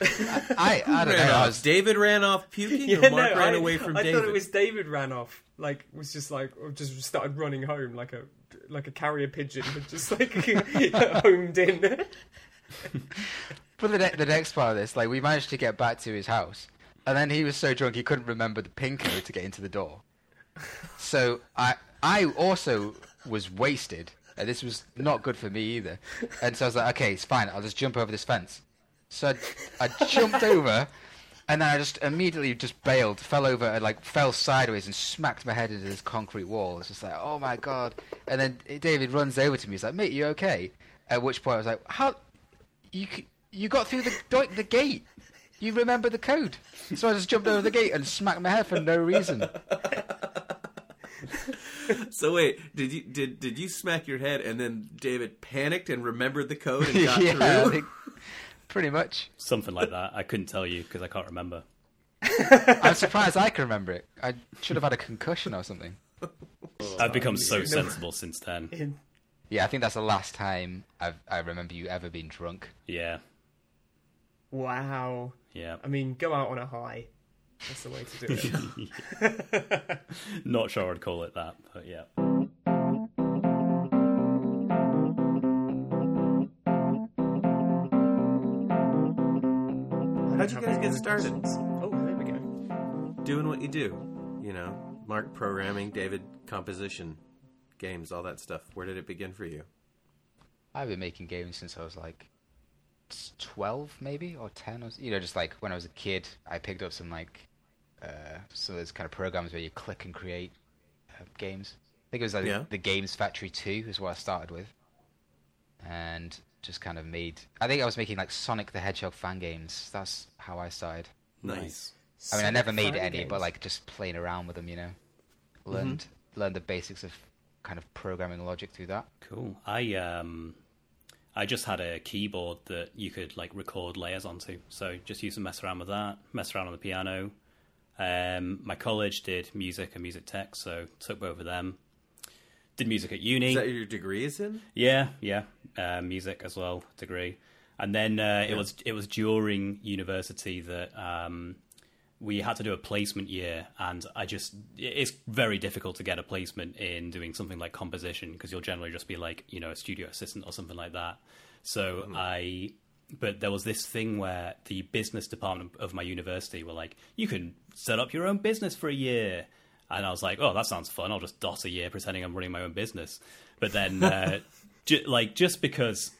Speaker 4: I I don't know.
Speaker 1: Ran
Speaker 4: I
Speaker 1: off.
Speaker 4: was
Speaker 1: David ran off puking,
Speaker 3: Yeah,
Speaker 1: or Mark
Speaker 3: no,
Speaker 1: ran
Speaker 3: I,
Speaker 1: away from
Speaker 3: I
Speaker 1: David.
Speaker 3: thought it was David ran off. Like was just like or just started running home like a like a carrier pigeon had just like homed in.
Speaker 4: for the, ne- the next part of this, like we managed to get back to his house, and then he was so drunk he couldn't remember the pin code to get into the door. So I I also was wasted. And this was not good for me either. And so I was like, okay, it's fine. I'll just jump over this fence. So I, I jumped over, and then I just immediately just bailed, fell over, and like fell sideways and smacked my head into this concrete wall. It's just like, oh my god! And then David runs over to me. He's like, mate, you okay? At which point I was like, how you c- you got through the do- the gate. You remember the code. So I just jumped over the gate and smacked my head for no reason.
Speaker 1: So wait, did you did did you smack your head and then David panicked and remembered the code and got
Speaker 4: yeah, I
Speaker 1: through?
Speaker 4: think pretty much.
Speaker 2: Something like that. I couldn't tell you because I can't remember.
Speaker 4: I'm surprised I can remember it. I should have had a concussion or something. Oh,
Speaker 2: I've become so sensible since then.
Speaker 4: Yeah, I think that's the last time I've, I remember you ever being drunk.
Speaker 2: Yeah,
Speaker 3: Wow.
Speaker 2: yeah.
Speaker 3: I mean, go out on a high. That's the way to do it.
Speaker 2: Not sure I'd call it that, but yeah.
Speaker 1: How'd you guys get started?
Speaker 3: Oh, there we go.
Speaker 1: Doing what you do, you know. Mark programming, David composition, games, all that stuff. Where did it begin for you?
Speaker 4: I've been making games since I was like s- 12 maybe or 10 or s- you know just like when I was a kid I picked up some like uh some of those kind of programs where you click and create uh, games. I think it was like
Speaker 1: Yeah.
Speaker 4: the Games Factory 2 is what I started with. And just kind of made I think I was making like Sonic the Hedgehog fan games. That's how I started.
Speaker 1: Nice.
Speaker 4: I mean I never made
Speaker 3: Sonic
Speaker 4: any
Speaker 3: games. Mm-hmm.
Speaker 4: but like just playing around with them, you know. learned learned the basics of kind of programming logic through that.
Speaker 2: Cool. I um, I just had a keyboard that you could like record layers onto. So just used to mess around with that, mess around on the piano. Um, my college did music and music tech, so took both of them. Did music at uni.
Speaker 1: Is that your degree is in?
Speaker 2: Yeah, yeah, uh, music as well degree, and then uh, it was it was during university that um, we had to do a placement year, and I just it's very difficult to get a placement in doing something like composition because you'll generally just be like you know a studio assistant or something like that. So I. But there was this thing where the business department of my university were like, "You can set up your own business for a year," And I was like, oh, that sounds fun. I'll just dot a year pretending I'm running my own business. But then, uh, ju- like, just because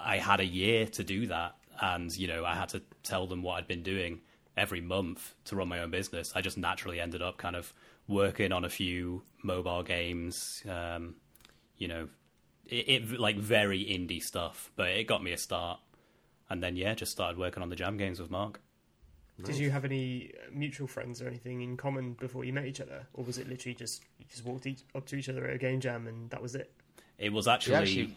Speaker 2: I had a year to do that and, you know, I had to tell them what I'd been doing every month to run my own business, I just naturally ended up kind of working on a few mobile games, um, you know, it, it like very indie stuff. But it got me a start. And then, yeah, just started working on the jam games with Mark.
Speaker 3: Did you have any mutual friends or anything in common before you met each other, or was it literally just you just walked each, up to each other at a game jam and that was it?
Speaker 2: It was actually.
Speaker 4: actually-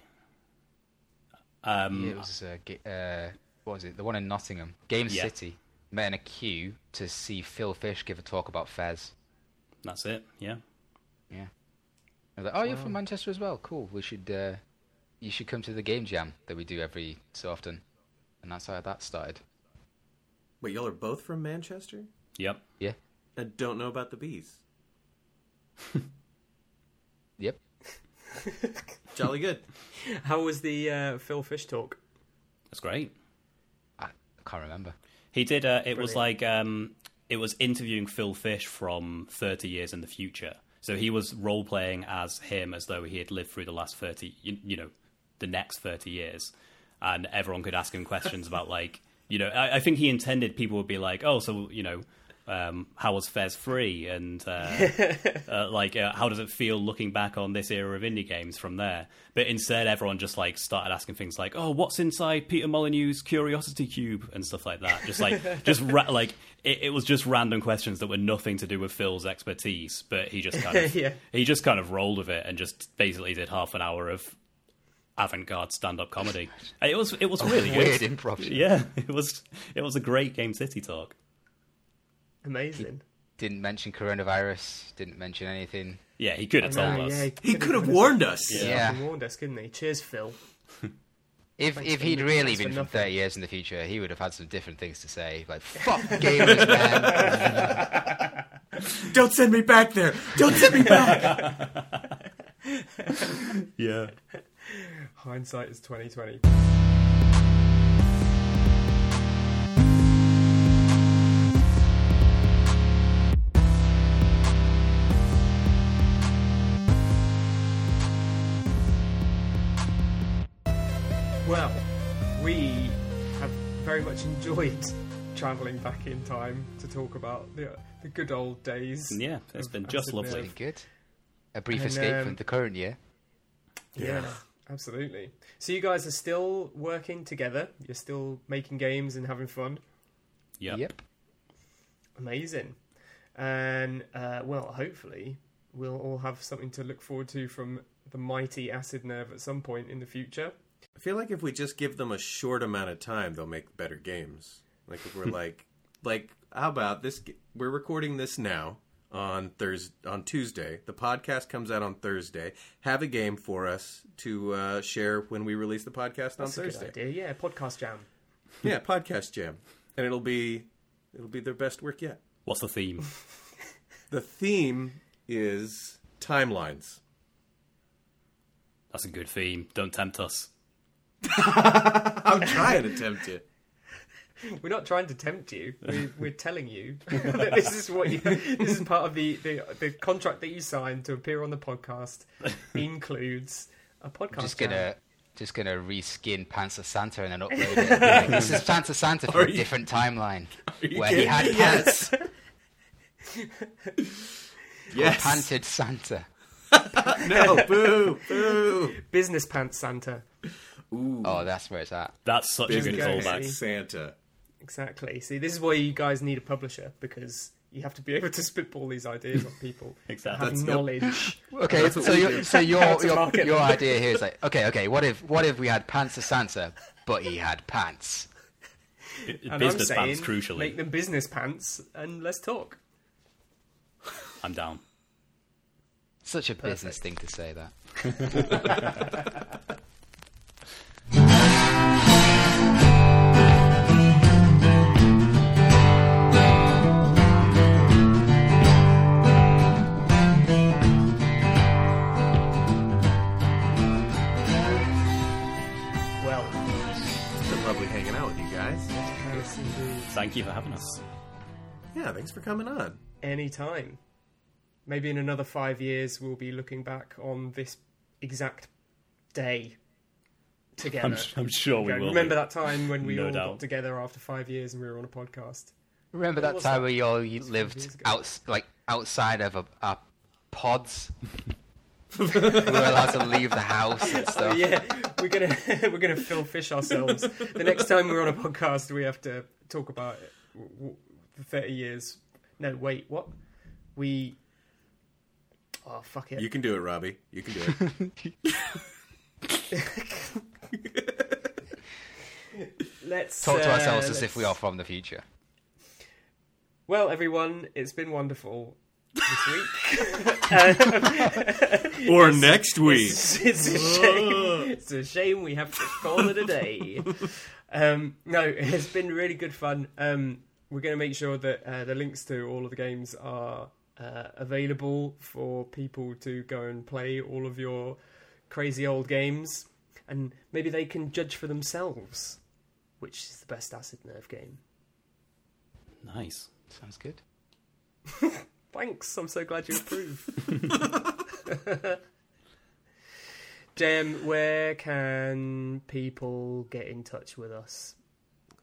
Speaker 2: um,
Speaker 4: It was uh, ga- uh, what was it? The one in Nottingham, Game
Speaker 2: Yeah.
Speaker 4: City. Met in a queue to see Phil Fish give a talk about Fez.
Speaker 2: That's it. Yeah.
Speaker 4: Yeah. I was like, oh, you're from Manchester as well. Cool. We should. Uh, you should come to the game jam that we do every so often, and that's how that started.
Speaker 1: Wait, y'all are both from Manchester?
Speaker 2: Yep.
Speaker 4: Yeah.
Speaker 1: And don't know about the bees.
Speaker 4: Yep.
Speaker 1: Jolly good.
Speaker 3: How was the uh, Phil Fish talk?
Speaker 2: That's great.
Speaker 4: I can't remember.
Speaker 2: He did. Uh, it was like um, it was interviewing Phil Fish from 30 years in the future. So he was role playing as him as though he had lived through the last 30, you, you know, the next 30 years, and everyone could ask him questions about like, you know, I, I think he intended people would be like, oh, so you know. Um, how was Fez free, and uh, uh, like uh, how does it feel looking back on this era of indie games from there? But instead, everyone just like started asking things like, "Oh, what's inside Peter Molyneux's curiosity cube?" and stuff like that. Just like just ra- like it, it was just random questions that were nothing to do with Phil's expertise, but he just kind of
Speaker 3: Yeah.
Speaker 2: he just kind of rolled with it and just basically did half an hour of avant-garde stand-up comedy. And It was it
Speaker 3: Oh,
Speaker 2: was really
Speaker 4: Weird
Speaker 2: good.
Speaker 4: improv.
Speaker 2: Yeah, it was it was a great Game City talk.
Speaker 3: Amazing.
Speaker 4: Didn't mention coronavirus. Didn't mention anything.
Speaker 2: Yeah, he could have told
Speaker 3: Ah,
Speaker 2: us.
Speaker 3: yeah,
Speaker 1: He
Speaker 3: could've
Speaker 1: could have
Speaker 3: given us-
Speaker 1: warned us.
Speaker 4: Yeah.
Speaker 3: He warned us, couldn't he? Cheers, Phil.
Speaker 4: If
Speaker 3: Thanks
Speaker 4: if
Speaker 3: for
Speaker 4: he'd
Speaker 3: nothing,
Speaker 4: really
Speaker 3: thanks for
Speaker 4: been from
Speaker 3: nothing.
Speaker 4: thirty years in the future, he would have had some different things to say, like "fuck gamers, man."
Speaker 1: Don't send me back there. Don't send me back.
Speaker 2: yeah.
Speaker 3: Hindsight is twenty twenty. Well, we have very much enjoyed travelling back in time to talk about the the good old days.
Speaker 2: Yeah, it's been
Speaker 3: Of
Speaker 2: just
Speaker 3: acid
Speaker 2: lovely.
Speaker 3: nerve.
Speaker 4: Good. A brief
Speaker 3: And,
Speaker 4: escape
Speaker 3: um,
Speaker 4: from the current year.
Speaker 3: Yeah, absolutely. So you guys are still working together. You're still making games and having fun.
Speaker 2: Yep.
Speaker 4: Yep.
Speaker 1: Oh,
Speaker 3: Amazing. And uh, well, hopefully we'll all have something to look forward to from the mighty acid nerve at some point in the future.
Speaker 1: I feel like if we just give them a short amount of time, they'll make better games. Like if we're like, like how about this? g- We're recording this now on Thursday, on Tuesday. The podcast comes out on Thursday. Have a game for us to uh, share when we release the podcast
Speaker 3: That's
Speaker 1: on
Speaker 3: a
Speaker 1: Thursday.
Speaker 3: good idea. Yeah, podcast jam.
Speaker 1: Yeah, podcast jam, and it'll be it'll be their best work yet.
Speaker 2: What's the theme?
Speaker 1: The theme is timelines.
Speaker 2: That's a good theme. Don't tempt us.
Speaker 1: I'm trying to tempt you.
Speaker 3: We're not trying to tempt you. We're, we're telling you that this is what you. This is part of the, the the contract that you signed to appear on the podcast. Includes a podcast.
Speaker 4: Just
Speaker 3: jam.
Speaker 4: gonna just gonna reskin Pants of Santa and then upload it. and be like, this is Pants of Santa for
Speaker 1: Are
Speaker 4: a
Speaker 1: you-
Speaker 4: different timeline
Speaker 1: you
Speaker 4: where he
Speaker 1: kidding
Speaker 4: had
Speaker 1: me?
Speaker 4: pants,
Speaker 1: Yes.
Speaker 4: panted Santa.
Speaker 1: No. Boo. Boo.
Speaker 3: business pants Santa.
Speaker 4: Oh, that's where it's at.
Speaker 2: That's such a good
Speaker 1: Business
Speaker 2: callback.
Speaker 1: Santa.
Speaker 3: Exactly. See, this is why you guys need a publisher because you have to be able to spitball these ideas on people.
Speaker 2: Exactly.
Speaker 3: Have
Speaker 1: That's- yep.
Speaker 3: knowledge.
Speaker 4: Okay,
Speaker 1: That's what
Speaker 4: so
Speaker 1: we
Speaker 4: your
Speaker 1: do.
Speaker 4: so
Speaker 3: How
Speaker 4: your
Speaker 3: to
Speaker 4: your,
Speaker 3: market
Speaker 4: your
Speaker 3: them.
Speaker 4: idea here is like okay, okay. What if what if we had pants to Sansa, but he had pants?
Speaker 3: And I'm
Speaker 2: business
Speaker 3: saying,
Speaker 2: pants, crucially.
Speaker 3: make them business pants and let's talk.
Speaker 2: I'm down.
Speaker 4: Such a business thing to say that.
Speaker 3: Well,
Speaker 1: It's been lovely hanging out with you guys.
Speaker 3: yes indeed.
Speaker 2: Thank you for having us.
Speaker 1: Yeah, thanks for coming on.
Speaker 3: Any time. Maybe in another five years, we'll be looking back on this exact day together.
Speaker 2: I'm, s- I'm sure we
Speaker 3: Going,
Speaker 2: will.
Speaker 3: remember
Speaker 2: be.
Speaker 3: that time when we
Speaker 2: No
Speaker 3: all
Speaker 2: doubt.
Speaker 3: got together after five years and we were on a podcast?
Speaker 4: Remember that
Speaker 3: was
Speaker 4: time
Speaker 3: that?
Speaker 4: where you all you
Speaker 3: five years
Speaker 4: lived
Speaker 3: ago.
Speaker 4: out like outside of a, our pods? we were allowed to leave the house and
Speaker 3: Oh,
Speaker 4: stuff.
Speaker 3: yeah, we're gonna we're gonna Phil Fish ourselves. The next time we're on a podcast, we have to talk about it. W- w- the thirty years. No, wait, what? We. Oh fuck it!
Speaker 1: You can do it, Robbie. You can do it.
Speaker 3: Let's
Speaker 4: Talk to
Speaker 3: uh,
Speaker 4: ourselves as if we
Speaker 3: let's-
Speaker 4: are from the future.
Speaker 3: Well, everyone, it's been wonderful this week. Uh,
Speaker 1: or next week.
Speaker 3: It's, it's a shame. It's a shame we have to call it a day. Um, no, it's been really good fun. Um, we're going to make sure that uh, the links to all of the games are uh, available for people to go and play all of your crazy old games, and maybe they can judge for themselves which is the best acid nerve game.
Speaker 2: Nice.
Speaker 4: Sounds good.
Speaker 3: Thanks. I'm so glad you approve. JM, where can people get in touch with us?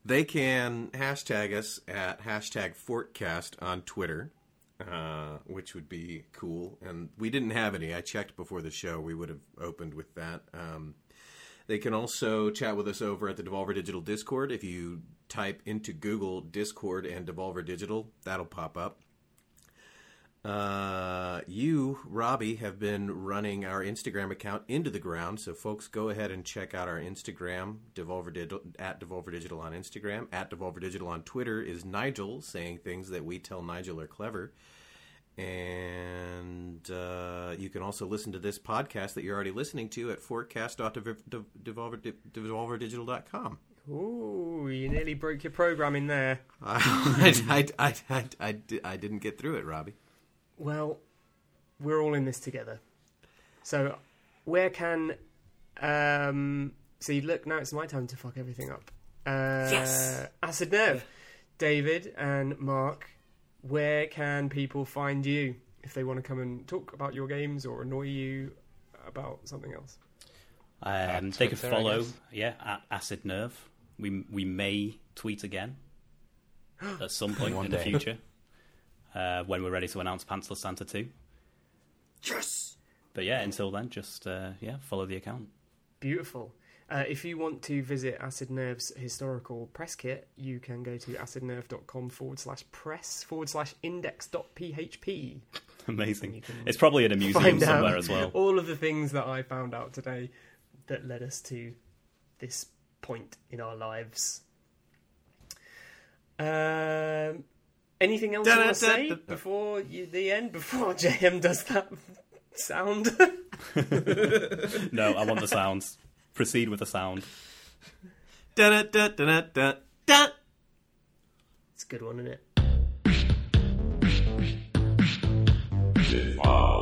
Speaker 1: They can hashtag us at hashtag Fortcast on Twitter, uh, which would be cool. And we didn't have any. I checked before the show. We would have opened with that. Um, they can also chat with us over at the Devolver Digital Discord. If you type into Google Discord and Devolver Digital, that'll pop up. Uh, you, Robbie, have been running our Instagram account into the ground. So, folks, go ahead and check out our Instagram, Devolver Digital, at Devolver Digital on Instagram. At Devolver Digital on Twitter is Nigel saying things that we tell Nigel are clever. And uh, you can also listen to this podcast that you're already listening to at forecast.devolverdigital.com.
Speaker 3: Ooh, you nearly broke your programming there.
Speaker 1: I, I, I, I, I, di- I didn't get through it, Robbie.
Speaker 3: Well, we're all in this together. So, where can. Um, see, look, now it's my time to fuck everything up. Uh, yes! Acid Nerve. David and Mark, where can people find you if they want to come and talk about your games or annoy you about something else?
Speaker 2: Um, they can
Speaker 4: Twitter, I
Speaker 2: follow,
Speaker 4: guess.
Speaker 2: yeah, at Acid Nerve. We we may tweet again at some point
Speaker 4: One
Speaker 2: in the
Speaker 4: day.
Speaker 2: future uh, when we're ready to announce Pantsless Santa two.
Speaker 1: Yes!
Speaker 2: But yeah, until then, just uh, yeah, follow the account.
Speaker 3: Beautiful. Uh, if you want to visit Acid Nerve's historical press kit, you can go to acidnerve.com forward slash press forward slash index dot php.
Speaker 2: Amazing.
Speaker 3: can
Speaker 2: It's probably in a museum
Speaker 3: Find
Speaker 2: somewhere
Speaker 3: out
Speaker 2: as well.
Speaker 3: all of the things that I found out today that led us to this point in our lives. Um, anything else you want to say
Speaker 1: Da-da-da-da-da.
Speaker 3: before you, the end? Before JM does that sound?
Speaker 2: No, I want the sounds. Proceed with the sound.
Speaker 1: Da, da, da, da, da, da.
Speaker 3: it's a good one, isn't it?
Speaker 5: Divine.